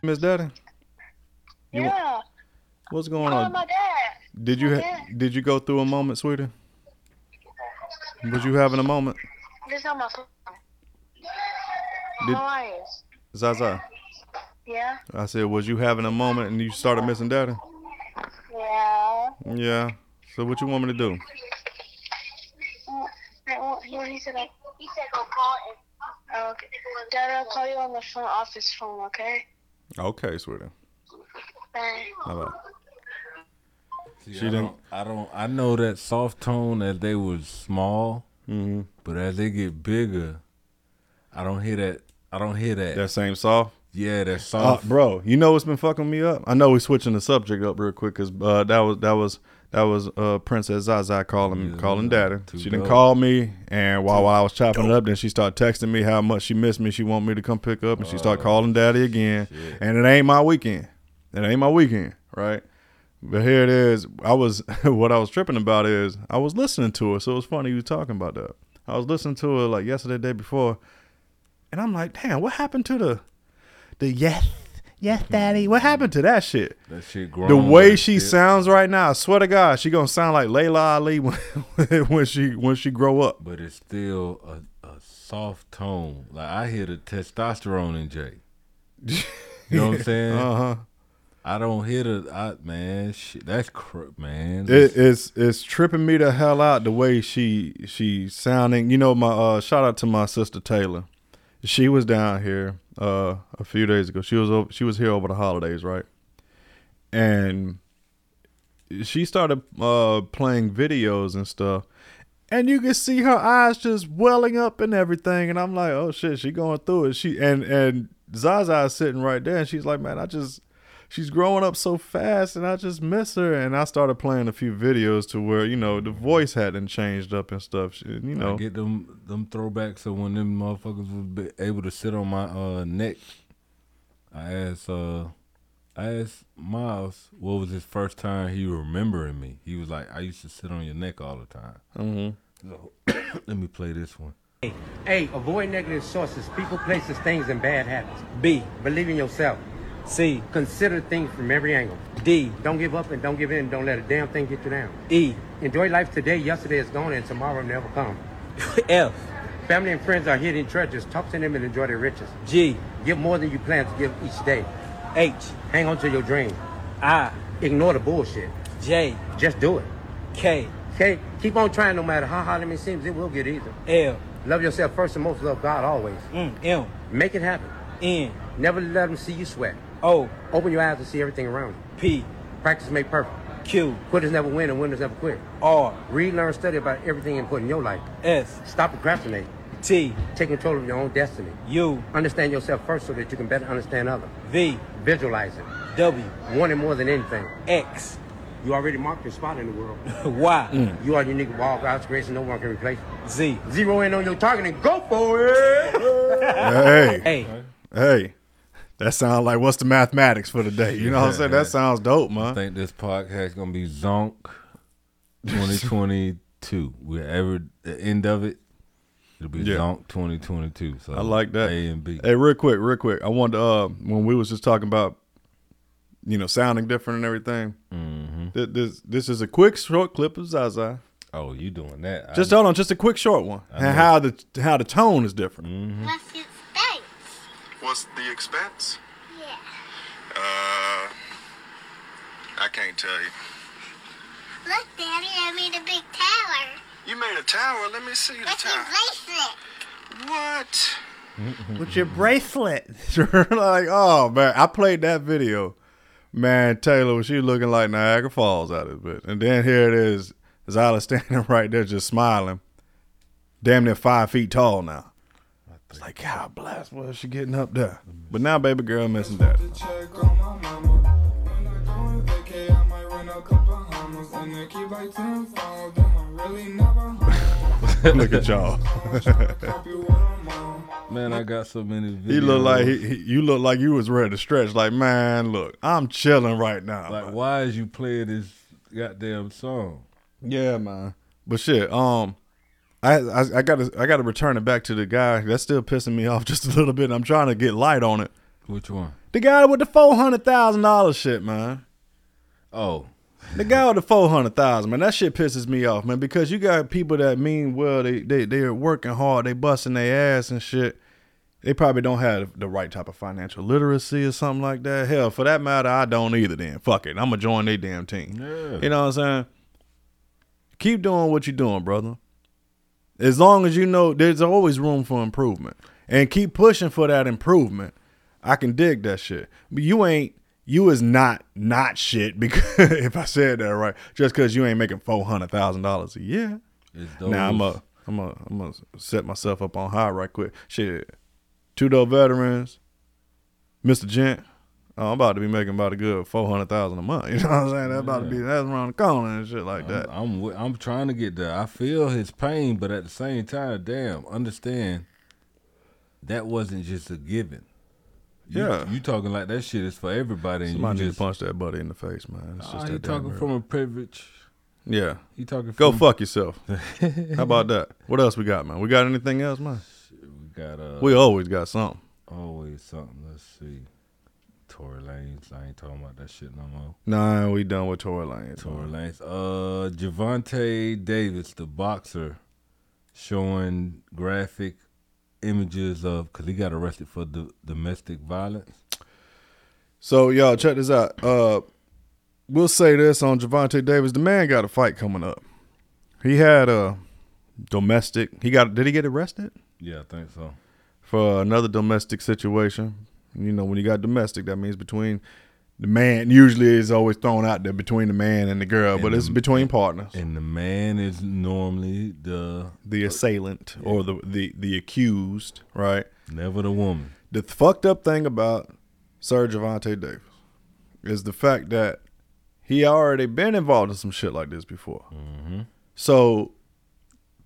S1: Miss Daddy, You wa-
S20: Yeah.
S1: what's
S20: Call
S1: going on?
S20: my dad.
S1: Did you ha- did you go through a moment, sweetie? Was you having a moment,
S20: This on my phone.
S1: Did-
S20: Uh-huh. Elias.
S1: Zaza?
S20: Yeah.
S1: I said, was you having a moment and you started missing daddy?
S20: Yeah.
S1: Yeah. So what you want me to do?
S20: He said, oh, he said go call and okay. Dad, I'll "Oh, call you on the front office phone, okay?
S1: Okay, sweetie.
S20: Bye.
S1: All right.
S7: she I don't, I don't I know that soft tone as they was small,
S1: mm-hmm.
S7: but as they get bigger, I don't hear that I don't hear that.
S1: That same soft.
S7: yeah, that
S1: Uh,
S7: soft
S1: bro, you know what's been fucking me up? I know we switching the subject up real quick because uh, that was that was that was uh, Princess Zaza calling calling daddy. She didn't
S7: dope.
S1: call me, and while, while I was chopping it up, then she started texting me how much she missed me. She want me to come pick up, and she started calling daddy again. And it ain't my weekend. It ain't my weekend, right? But here it is. I was <laughs> what I was tripping about is I was listening to her, so it was funny you was talking about that. I was listening to her like yesterday, day before, and I'm like, damn, what happened to the the yes, yes, daddy? What happened to that shit?
S7: that shit grown.
S1: the way
S7: but
S1: she
S7: still-
S1: sounds right now, I swear to God, she gonna sound like Layla Ali when, <laughs> when she when she grow up.
S7: but it's still a, a soft tone. Like I hear the testosterone in
S1: <laughs>
S7: Jay. You know what I'm saying?
S1: Uh-huh.
S7: I don't hear the I, man. Shit, that's crap, man.
S1: It, it's it's tripping me the hell out the way she she sounding. You know, my uh, shout out to my sister Taylor. She was down here uh, a few days ago. She was over, she was here over the holidays, right? And she started uh, playing videos and stuff, and you could see her eyes just welling up and everything. And I'm like, oh shit, she going through it. She and and Zaza is sitting right there, and she's like, man, I just she's growing up so fast, and I just miss her. And I started playing a few videos to where you know the voice hadn't changed up and stuff. She, you
S7: I
S1: know,
S7: get them them throwbacks of when them motherfuckers was be able to sit on my uh, neck. I asked uh, I asked Miles what was his first time he remembering me. He was like, I used to sit on your neck all the time.
S1: Mhm.
S7: <coughs> Let me play this one.
S2: A. Avoid negative sources, people, places, things, and bad habits. B. Believe in yourself. C. Consider things from every angle. D. Don't give up and don't give in. Don't let a damn thing get you down. E. Enjoy life today. Yesterday is gone and tomorrow never come. <laughs> F. Family and friends are hidden treasures. Talk to them and enjoy their riches. G. Give more than you plan to give each day. H. Hang on to your dream. I. Ignore the bullshit. J. Just do it. K. K. Keep on trying no matter how hard it may seem. It will get easier. L. Love yourself first and most love God always. Mm, M. Make it happen. N. Never let them see you sweat. O. Open your eyes to see everything around you. P. Practice make perfect. Q. Quitters never win and winners never quit. R. Read, learn, study about everything important in your life. S. Stop procrastinating. T. Take control of your own destiny. U. Understand yourself first so that you can better understand others. V. Visualize it. W. Want it more than anything. X. You already marked your spot in the <laughs> world. y.
S22: Mm.
S2: You are unique with all God's grace and no one can replace. Z. Zero in on your target and go for it.
S1: Hey, hey, that sounds like what's the mathematics for the day? You know what I'm saying? That sounds dope, man.
S7: I think this podcast gonna
S1: <laughs>
S7: be Zonk 2022. We're ever the end of it. It'll be
S1: Yeah.
S7: Zonk 2022. So
S1: I like that.
S7: A and B.
S1: Hey, real quick, real quick. I wanted to, uh, when we was just talking about, you know, sounding different and everything.
S7: Mm-hmm.
S1: th- this this is a quick short clip of Zaza.
S7: Oh, you doing that? I
S1: Just
S7: know.
S1: hold on, just a quick short one,
S7: I know.
S1: and how the how the tone is different.
S15: What's the expense? Uh, I can't tell you.
S23: Look, Daddy, I made a big tower.
S15: You made a tower. Let me see the
S23: With
S15: tower.
S23: your bracelet.
S15: What?
S1: With your bracelet, <laughs> like oh man, I played that video. Man, Taylor, was she looking like Niagara Falls out of it? And then here it is, Zyla <laughs> standing right there, just smiling, damn near five feet tall now. It's like God bless, what is she getting up there? But now, baby girl, missing that. Look at y'all.
S7: Man, I got so many. Videos. <laughs>
S1: He look like he, he, you look like you was ready to stretch. Like man, look, I'm chilling right now.
S7: Like, why is you playing this goddamn song?
S1: Yeah, man. But shit, um, I I, I gotta I gotta return it back to the guy that's still pissing me <laughs> off just a little bit. I'm trying to get light on it.
S7: Which one?
S1: The guy with the four hundred thousand dollars shit, man.
S7: Oh.
S1: The guy with the four hundred thousand, man, that shit pisses me off, man, because you got people that mean well, they they they're working hard, they busting their ass and shit. They probably don't have the right type of financial literacy or something like that. Hell, for that matter, I don't either then. Fuck it. I'm gonna join their damn team.
S7: Yeah.
S1: You know what I'm saying? Keep doing what you're doing, brother. As long as you know there's always room for improvement. And keep pushing for that improvement. I can dig that shit. But you ain't you is not not shit because <laughs> if I said that right, just cause you ain't making four hundred thousand dollars a year.
S7: It's
S1: Now I'm
S7: those-
S1: a I'm a I'm gonna set myself up on high right quick. Shit. Two dope veterans, Mr. Gent. Oh, I'm about to be making about a good four hundred thousand a month. <laughs> You know what I'm saying? That's about to be that's around the corner and shit like that.
S7: I'm wi- I'm trying to get there. I feel his pain, but at the same time, damn, understand that wasn't just a given. You-
S1: Yeah.
S7: you, talking like that shit is for everybody. And
S1: Somebody
S7: you
S1: need
S7: just
S1: to punch that buddy in the face, man. It's
S7: Ah,
S1: just
S7: he
S1: that damn
S7: talking
S1: real.
S7: from a privilege.
S1: Yeah.
S7: He talking
S1: Go
S7: from-
S1: fuck <laughs> yourself. How about that? What else we got, man? We got anything else, man?
S7: We got uh,
S1: we always got something.
S7: always something. Let's see, Tory Lanez. I ain't talking about that shit no more.
S1: Nah, we done with Tory Lanez.
S7: Tory Lanez. Uh, Javante Davis, the boxer, showing graphic images of because he got arrested for the domestic violence.
S1: So y'all check this out. Uh, we'll say this on Javante Davis. The man got a fight coming up. He had a domestic. He got. Did he get arrested
S7: Yeah, I think so.
S1: for another domestic situation? You know, when you got domestic, that means between the man. Usually, is always thrown out there between the man and the girl, but
S7: And
S1: it's
S7: the-
S1: between partners.
S7: And the man is normally the
S1: the assailant or the, the the accused, right?
S7: Never the woman.
S1: The fucked up thing about Sir Javante Davis is the fact that he already been involved in some shit like this before. So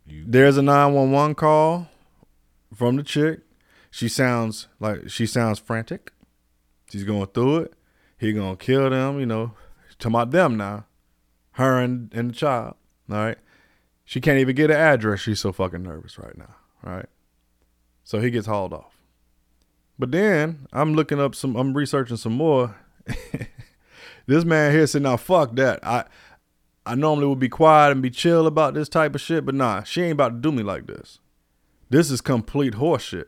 S1: there's a nine one one call from the chick. She sounds like she sounds frantic. She's going through it. He gonna kill them, you know. To my them now, her and, and the child. All right. She can't even get an address. She's so fucking nervous right now, right? So he gets hauled off. But then I'm looking up some, I'm researching some more. <laughs> this man here said, "Now fuck that. I, I normally would be quiet and be chill about this type of shit, but nah, she ain't about to do me like this. This is complete horseshit.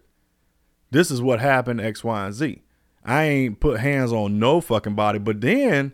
S1: This is what happened X, Y, and Z. I ain't put hands on no fucking body. But then,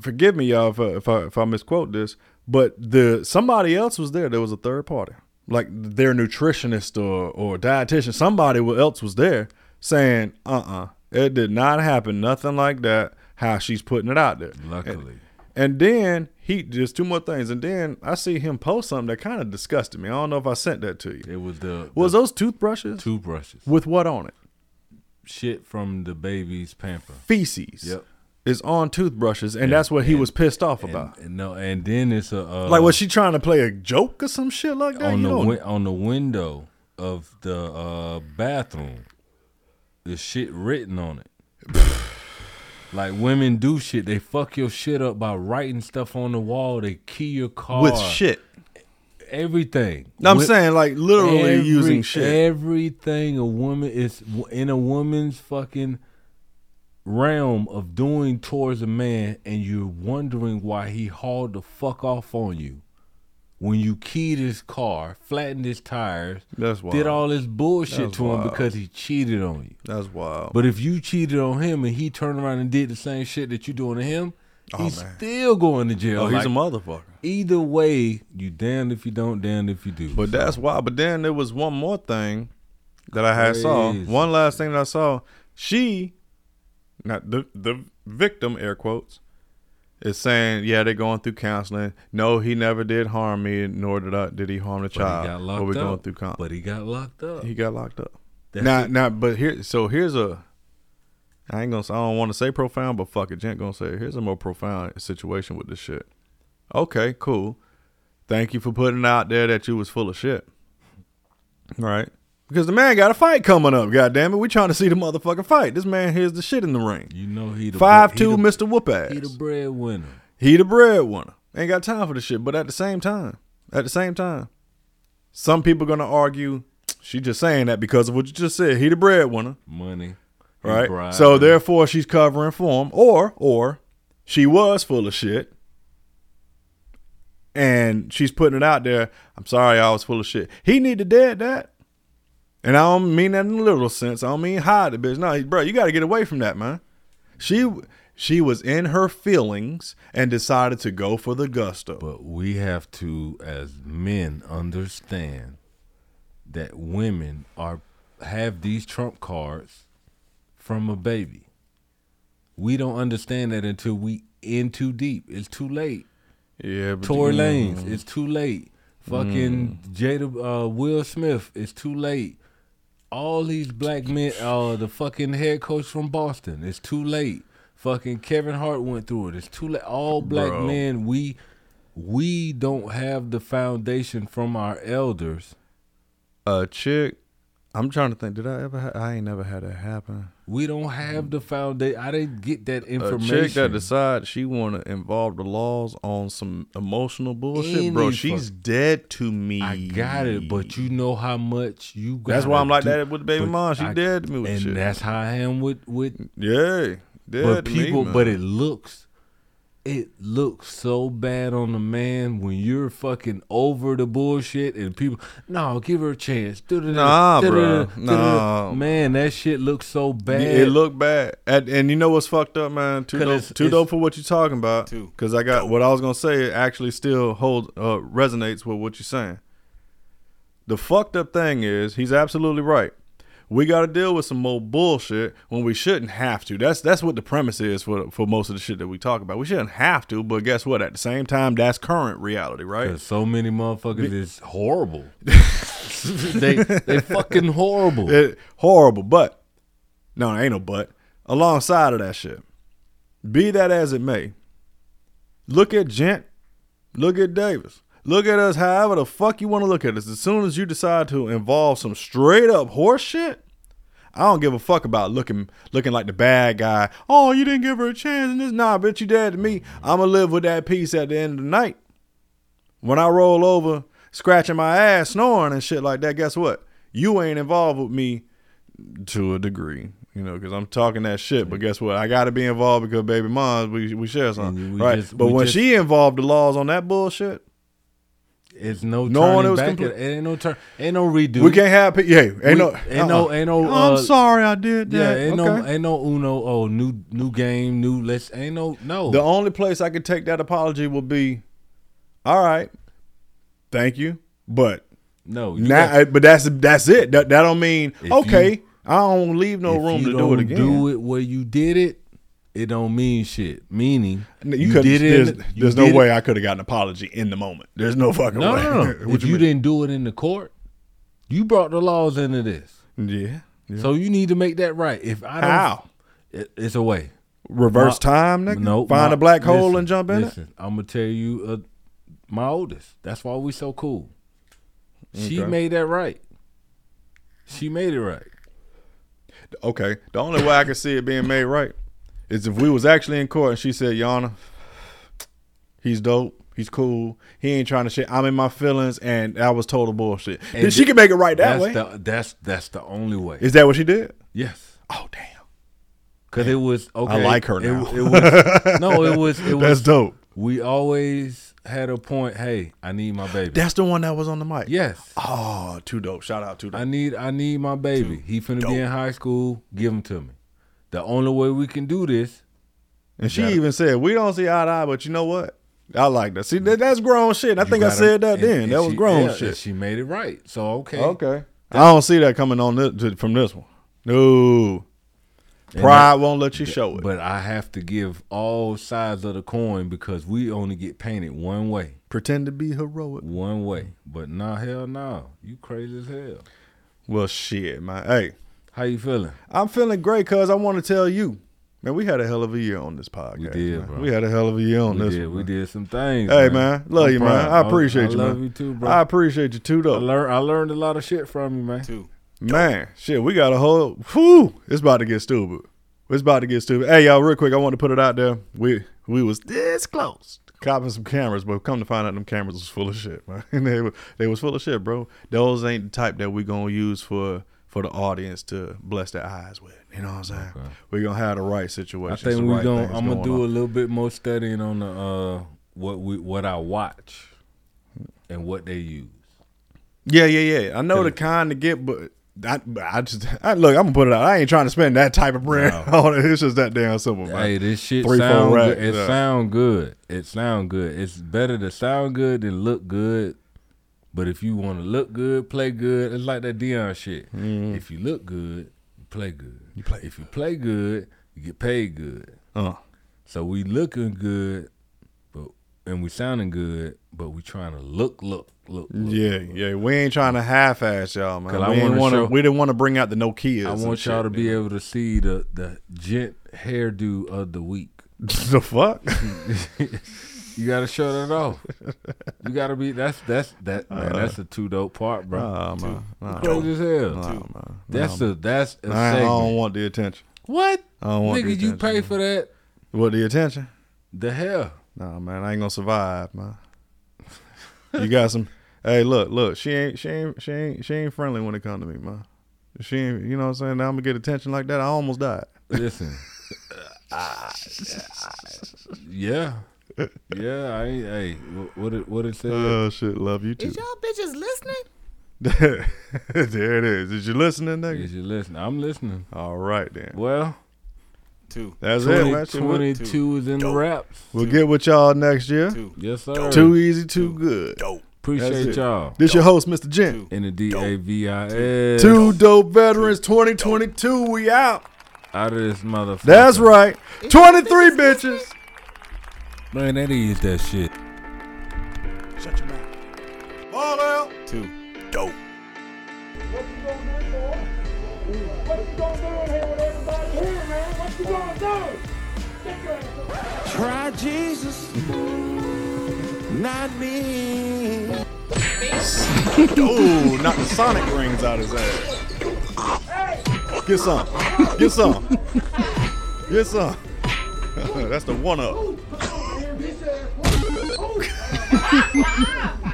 S1: forgive me, y'all, if I, if I, if I misquote this, but the somebody else was there. There was a third party, like their nutritionist or or dietitian. Somebody else was there saying, "Uh, uh it did not happen. Nothing like that. How she's putting it out there."
S7: Luckily.
S1: And then he just two more things. And then I see him post something that kind of disgusted me. I don't know if I sent that to you.
S7: It was the
S1: Was those toothbrushes?
S7: Toothbrushes.
S1: With what on it?
S7: shit from the baby's pamper.
S1: Feces.
S7: Yep.
S1: Is on toothbrushes, and, that's what he was pissed off about.
S7: And no, and then it's a uh,
S1: Uh. like, was she trying to play a joke or some shit like that?
S7: on
S1: You
S7: the
S1: don't-
S7: win- on the window of the uh, bathroom. The shit written on
S1: <sighs>
S7: it. like women do shit. They fuck your shit up by writing stuff on the wall. They key your car
S1: With shit.
S7: Everything.
S1: No, I'm
S7: With-
S1: saying, like, literally using shit.
S7: Everything a woman is in a woman's fucking realm of doing towards a man, and you're wondering why he hauled the fuck off on you when you keyed his car, flattened his tires,
S1: That's
S7: did
S1: wild.
S7: all this bullshit
S1: That's
S7: to him
S1: wild.
S7: because he cheated on you.
S1: That's wild.
S7: But if you cheated on him and he turned around and did the same shit that you doing to him,
S1: Oh,
S7: he's
S1: man.
S7: still going to jail.
S1: Oh, he's a
S7: Like,
S1: motherfucker.
S7: Either way, you damned if you don't, damned if you do.
S1: But that's why. But then there was one more thing that I had saw.
S7: Crazy.
S1: One last thing that I saw. She, not the the victim, air quotes, is saying, "Yeah, they're going through counseling. No, he never did harm me, nor did I did he harm the
S7: But he
S1: child.
S7: got locked
S1: we're going
S7: up.
S1: through counseling.
S7: But he got locked up.
S1: He got locked up.
S7: That's
S1: now,
S7: it.
S1: now, but here, so here's a. I ain't gonna. I don't want to say profound, but fuck it, Gent gonna say it. here's a more profound situation with this shit. Okay, cool. Thank you for putting out there that you was full of shit. Right, because the man got a fight coming up. God damn it, we trying to see the motherfucking fight. This man here's the shit in the ring.
S7: You know he the
S1: five
S7: he
S1: two,
S7: the-
S1: Mister Whoop ass.
S7: He the breadwinner.
S1: He the breadwinner. Ain't got time for the shit. But at the same time, at the same time, some people gonna argue she just saying that because of what you just said. He the breadwinner,
S7: Money. He
S1: right?
S7: bribed
S1: So
S7: her.
S1: therefore, she's covering for him, or or she was full of shit, and she's putting it out there. I'm sorry, I was full of shit. He need to dead that. And I don't mean that in a literal sense. I don't mean hide the bitch. No, he- bro, you got to get away from that, man. She she was in her feelings and decided to go for the gusto.
S7: But we have to, as men, understand that women are have these trump cards from a baby. We don't understand that until we in too deep. It's too late.
S1: Yeah, but
S7: Tory
S1: you-
S7: Lanez, it's too late. Fucking
S1: Mm.
S7: Jada, uh, Will Smith, it's too late. All these black men, uh, the fucking head coach from Boston, it's too late. Fucking Kevin Hart went through it. It's too late. All black
S1: Bro.
S7: men, we we don't have the foundation from our elders.
S1: A chick, I'm trying to think. Did I ever? Ha- I ain't never had that happen.
S7: We don't have the foundation. I didn't get that
S1: A chick that
S7: information.
S1: decides she want to involve the laws on some emotional bullshit, bro.
S7: Any
S1: She's
S7: fuck-
S1: dead to me.
S7: I got it, but you know how much you got.
S1: That's why I'm like that with the baby mom. She dead to me with
S7: and
S1: shit.
S7: that's how I am with with
S1: yeah. Dead
S7: but
S1: to me,
S7: people, but
S1: man.
S7: it looks, it looks so bad on the man when you're fucking over the bullshit and people. No, give her a chance. Da-da-da,
S1: Nah,
S7: da-da-da,
S1: bruh.
S7: da-da-da."
S1: Nah.
S7: man, that shit looks so bad.
S1: It looked bad, and, and you know what's fucked up, man. Too
S7: 'Cause
S1: dope,
S7: it's-
S1: too
S7: it's-
S1: dope for what you're talking about. Because I got what I was gonna say actually still hold uh, resonates with what you're saying. The fucked up thing is he's absolutely right. We got to deal with some more bullshit when we shouldn't have to. That's that's what the premise is for for most of the shit that we talk about. We shouldn't have to, but guess what? At the same time, that's current reality, right?
S7: So many motherfuckers
S1: <laughs>
S7: is horrible.
S1: they
S7: they fucking horrible.
S1: horrible, but no, there ain't no but. Alongside of that shit, be that as it may, look at Gent, look at Davis, look at us. However the fuck you want to look at us. As soon as you decide to involve some straight up horse shit, I don't give a fuck about looking looking like the bad guy. Oh, you didn't give her a chance, and this nah, bitch, you dead to me. I'ma live with that piece at the end of the night. When I roll over, scratching my ass, snoring and shit like that, guess what? You ain't involved with me to a degree, you know, because I'm talking that shit. But guess what? I got to be involved because baby mom, we we share something,
S7: we
S1: right?
S7: just-
S1: but
S7: we
S1: when
S7: just-
S1: she involved the laws on that bullshit,
S7: it's no
S1: No one
S7: turning
S1: was
S7: back.
S1: complete-
S7: It ain't no turn. Ain't no redo.
S1: We can't have pe- yeah, ain't no-
S7: Ain't no.
S1: uh-uh.
S7: Ain't no.
S1: I'm
S7: uh,
S1: sorry I did that.
S7: Yeah. Ain't no.
S1: Okay.
S7: Ain't no Uno. Oh, new new game. New. Let's. Ain't no. No.
S1: the only place I could take that apology would be, all right, thank you, but
S7: no, you
S1: now,
S7: got-
S1: but that's that's it. That, that don't mean
S7: If
S1: okay.
S7: you-
S1: I don't leave no
S7: if
S1: room
S7: you
S1: to do
S7: don't
S1: it again.
S7: Do it where you did it. It don't mean shit. Meaning
S1: No,
S7: you
S1: couldn't-
S7: did it.
S1: There's,
S7: in the- you
S1: there's no
S7: did it-
S1: way I could have gotten an apology in the moment. There's no fucking
S7: <laughs> no,
S1: way. <laughs>
S7: No, no,
S1: What
S7: If you, didn't do it in the court, you brought the laws into this.
S1: Yeah. yeah.
S7: So you need to make that right. If I don't,
S1: How?
S7: It, it's a way.
S1: Reverse time, nigga?
S7: No.
S1: Find a black hole and jump in it?
S7: I'm gonna tell you, uh, my oldest. That's why we so cool. She
S1: Okay.
S7: made that right. She made it right.
S1: Okay. The only way I could see it being made right is if we was actually in court and she said, Yana, he's dope. He's cool. He ain't trying to shit. I'm in my feelings, and that was total bullshit.
S7: And
S1: then she
S7: th-
S1: can make it right that
S7: that's
S1: way.
S7: The, that's that's the only way.
S1: Is that what she did?
S7: Yes. Oh damn. Cause it was okay.
S1: I like her
S7: it-
S1: now. <laughs>
S7: It, was, no, it was. It was
S1: That's dope.
S7: We always had a point. Hey, I need my baby.
S1: That's the one that was on the mic.
S7: Yes.
S1: Oh, too dope. Shout out to dope.
S7: I need I need my baby. He finna be in high school. Give him to me. The only way we can do this.
S1: And she even said, "We don't see eye to eye, but you know what? I like that. See, that, that's grown shit. And I think I said that then. that was grown shit.
S7: She made it right. So okay.
S1: Okay. I don't see that coming on this, to- from this one. No, pride won't let you show it.
S7: But I have to give all sides of the coin because we only get painted one way.
S1: Pretend to be heroic.
S7: One way. But nah, hell no. You crazy as hell.
S1: Well, shit, man. Hey,
S7: how you feeling?
S1: I'm feeling great, cause I want to tell you, man. We had a hell of a year on this podcast. We
S7: did, bro.
S1: We had a hell of a year on
S7: we
S1: this.
S7: Did,
S1: one,
S7: we
S1: man.
S7: did some things.
S1: Hey, man. Love
S7: I'm
S1: you, man.
S7: proud.
S1: I appreciate you,
S7: I love
S1: man.
S7: you too, bro.
S1: I appreciate you too, though.
S7: I learned I learned a lot of shit from you, man. Too.
S1: Man, shit, we got a whole. Whew, it's about to get stupid. It's about to get stupid. Hey, y'all, real quick, I want to put it out there. We we was this close to copping some cameras, but come to find out, them cameras was full of shit, man. <laughs> they were, they was full of shit, bro. Those ain't the type that we gonna use for for the audience to bless their eyes with. You know what I'm saying? We gonna have the right situation.
S7: I think we
S1: going
S7: gonna I'm gonna do a little bit more studying on the uh what we what I watch and what they use.
S1: Yeah, yeah, yeah. I know the kind to get, but I, but I just I, look. I'm gonna put it out. I ain't trying to spend that type of bread <laughs> on it. It's just that damn simple. Man.
S7: Hey, this shit
S1: Three, four
S7: sound
S1: racks,
S7: good. It
S1: yeah.
S7: sound good. It sound good. It's better to sound good than look good. But if you want to look good, play good, it's like that Dion shit.
S1: Mm-hmm.
S7: If you look good, you play good. You play. If you play good, you get paid good.
S1: Uh.
S7: So we looking good, but and we sounding good, but we trying to look, look, look. look
S1: Yeah, yeah. We ain't trying to half-ass y'all, man.
S7: 'Cause I
S1: We, ain't
S7: wanna
S1: wanna,
S7: show-
S1: we didn't want to bring out the no kids.
S7: I
S1: and
S7: want
S1: shit,
S7: y'all to be
S1: nigga.
S7: able to see the the gent hairdo of the week.
S1: <laughs> the
S7: <laughs>
S1: fuck.
S7: you gotta shut it off. You gotta be that's that's that man. That's the two dope part, bro.
S1: Uh, Nah, man. Nah,
S7: Crazy
S1: man.
S7: as hell.
S1: Nah, man.
S7: That's
S1: Nah,
S7: a that's a
S1: man. I, I don't
S7: segment.
S1: want the attention.
S7: What?
S1: I don't want the
S7: Nigga, you
S1: attention,
S7: pay
S1: man.
S7: for that.
S1: What the attention?
S7: The hell.
S1: Nah, man. I ain't gonna survive, man. you got some. <laughs> Hey, look, look. She ain't, she ain't, she ain't, she ain't friendly when it come to me, man. She ain't. You know what I'm saying? Now I'm gonna get attention like that. I almost died.
S7: Listen.
S1: <laughs> Ah,
S7: Yeah. Yeah, I ain't hey, wh- what it what it said?
S1: Oh shit, love you too.
S4: Is y'all bitches listening?
S1: <laughs> there it is. Is you listening, nigga?
S7: Is you listening? I'm listening.
S1: All right then.
S7: Well,
S18: two.
S1: That's it, man. Shit, we-
S7: 22 is in the wraps.
S1: We'll get with y'all next year.
S7: Yes, sir.
S1: Too easy, too good.
S7: Appreciate
S1: That's it.
S7: y'all.
S1: This your host, Mr. Gent.
S7: In the D A V I S.
S1: Two dope veterans, 2022. We out.
S7: Out of this motherfucker.
S1: That's right. 23 bitches.
S7: Man, that is that shit.
S1: Shut your mouth. Ball out.
S18: Two.
S1: Dope.
S8: Try Jesus, not me.
S1: Ooh, Oh, knock the sonic rings out his ass. Get some. Get some. Get <laughs> some. That's the one up. Hey,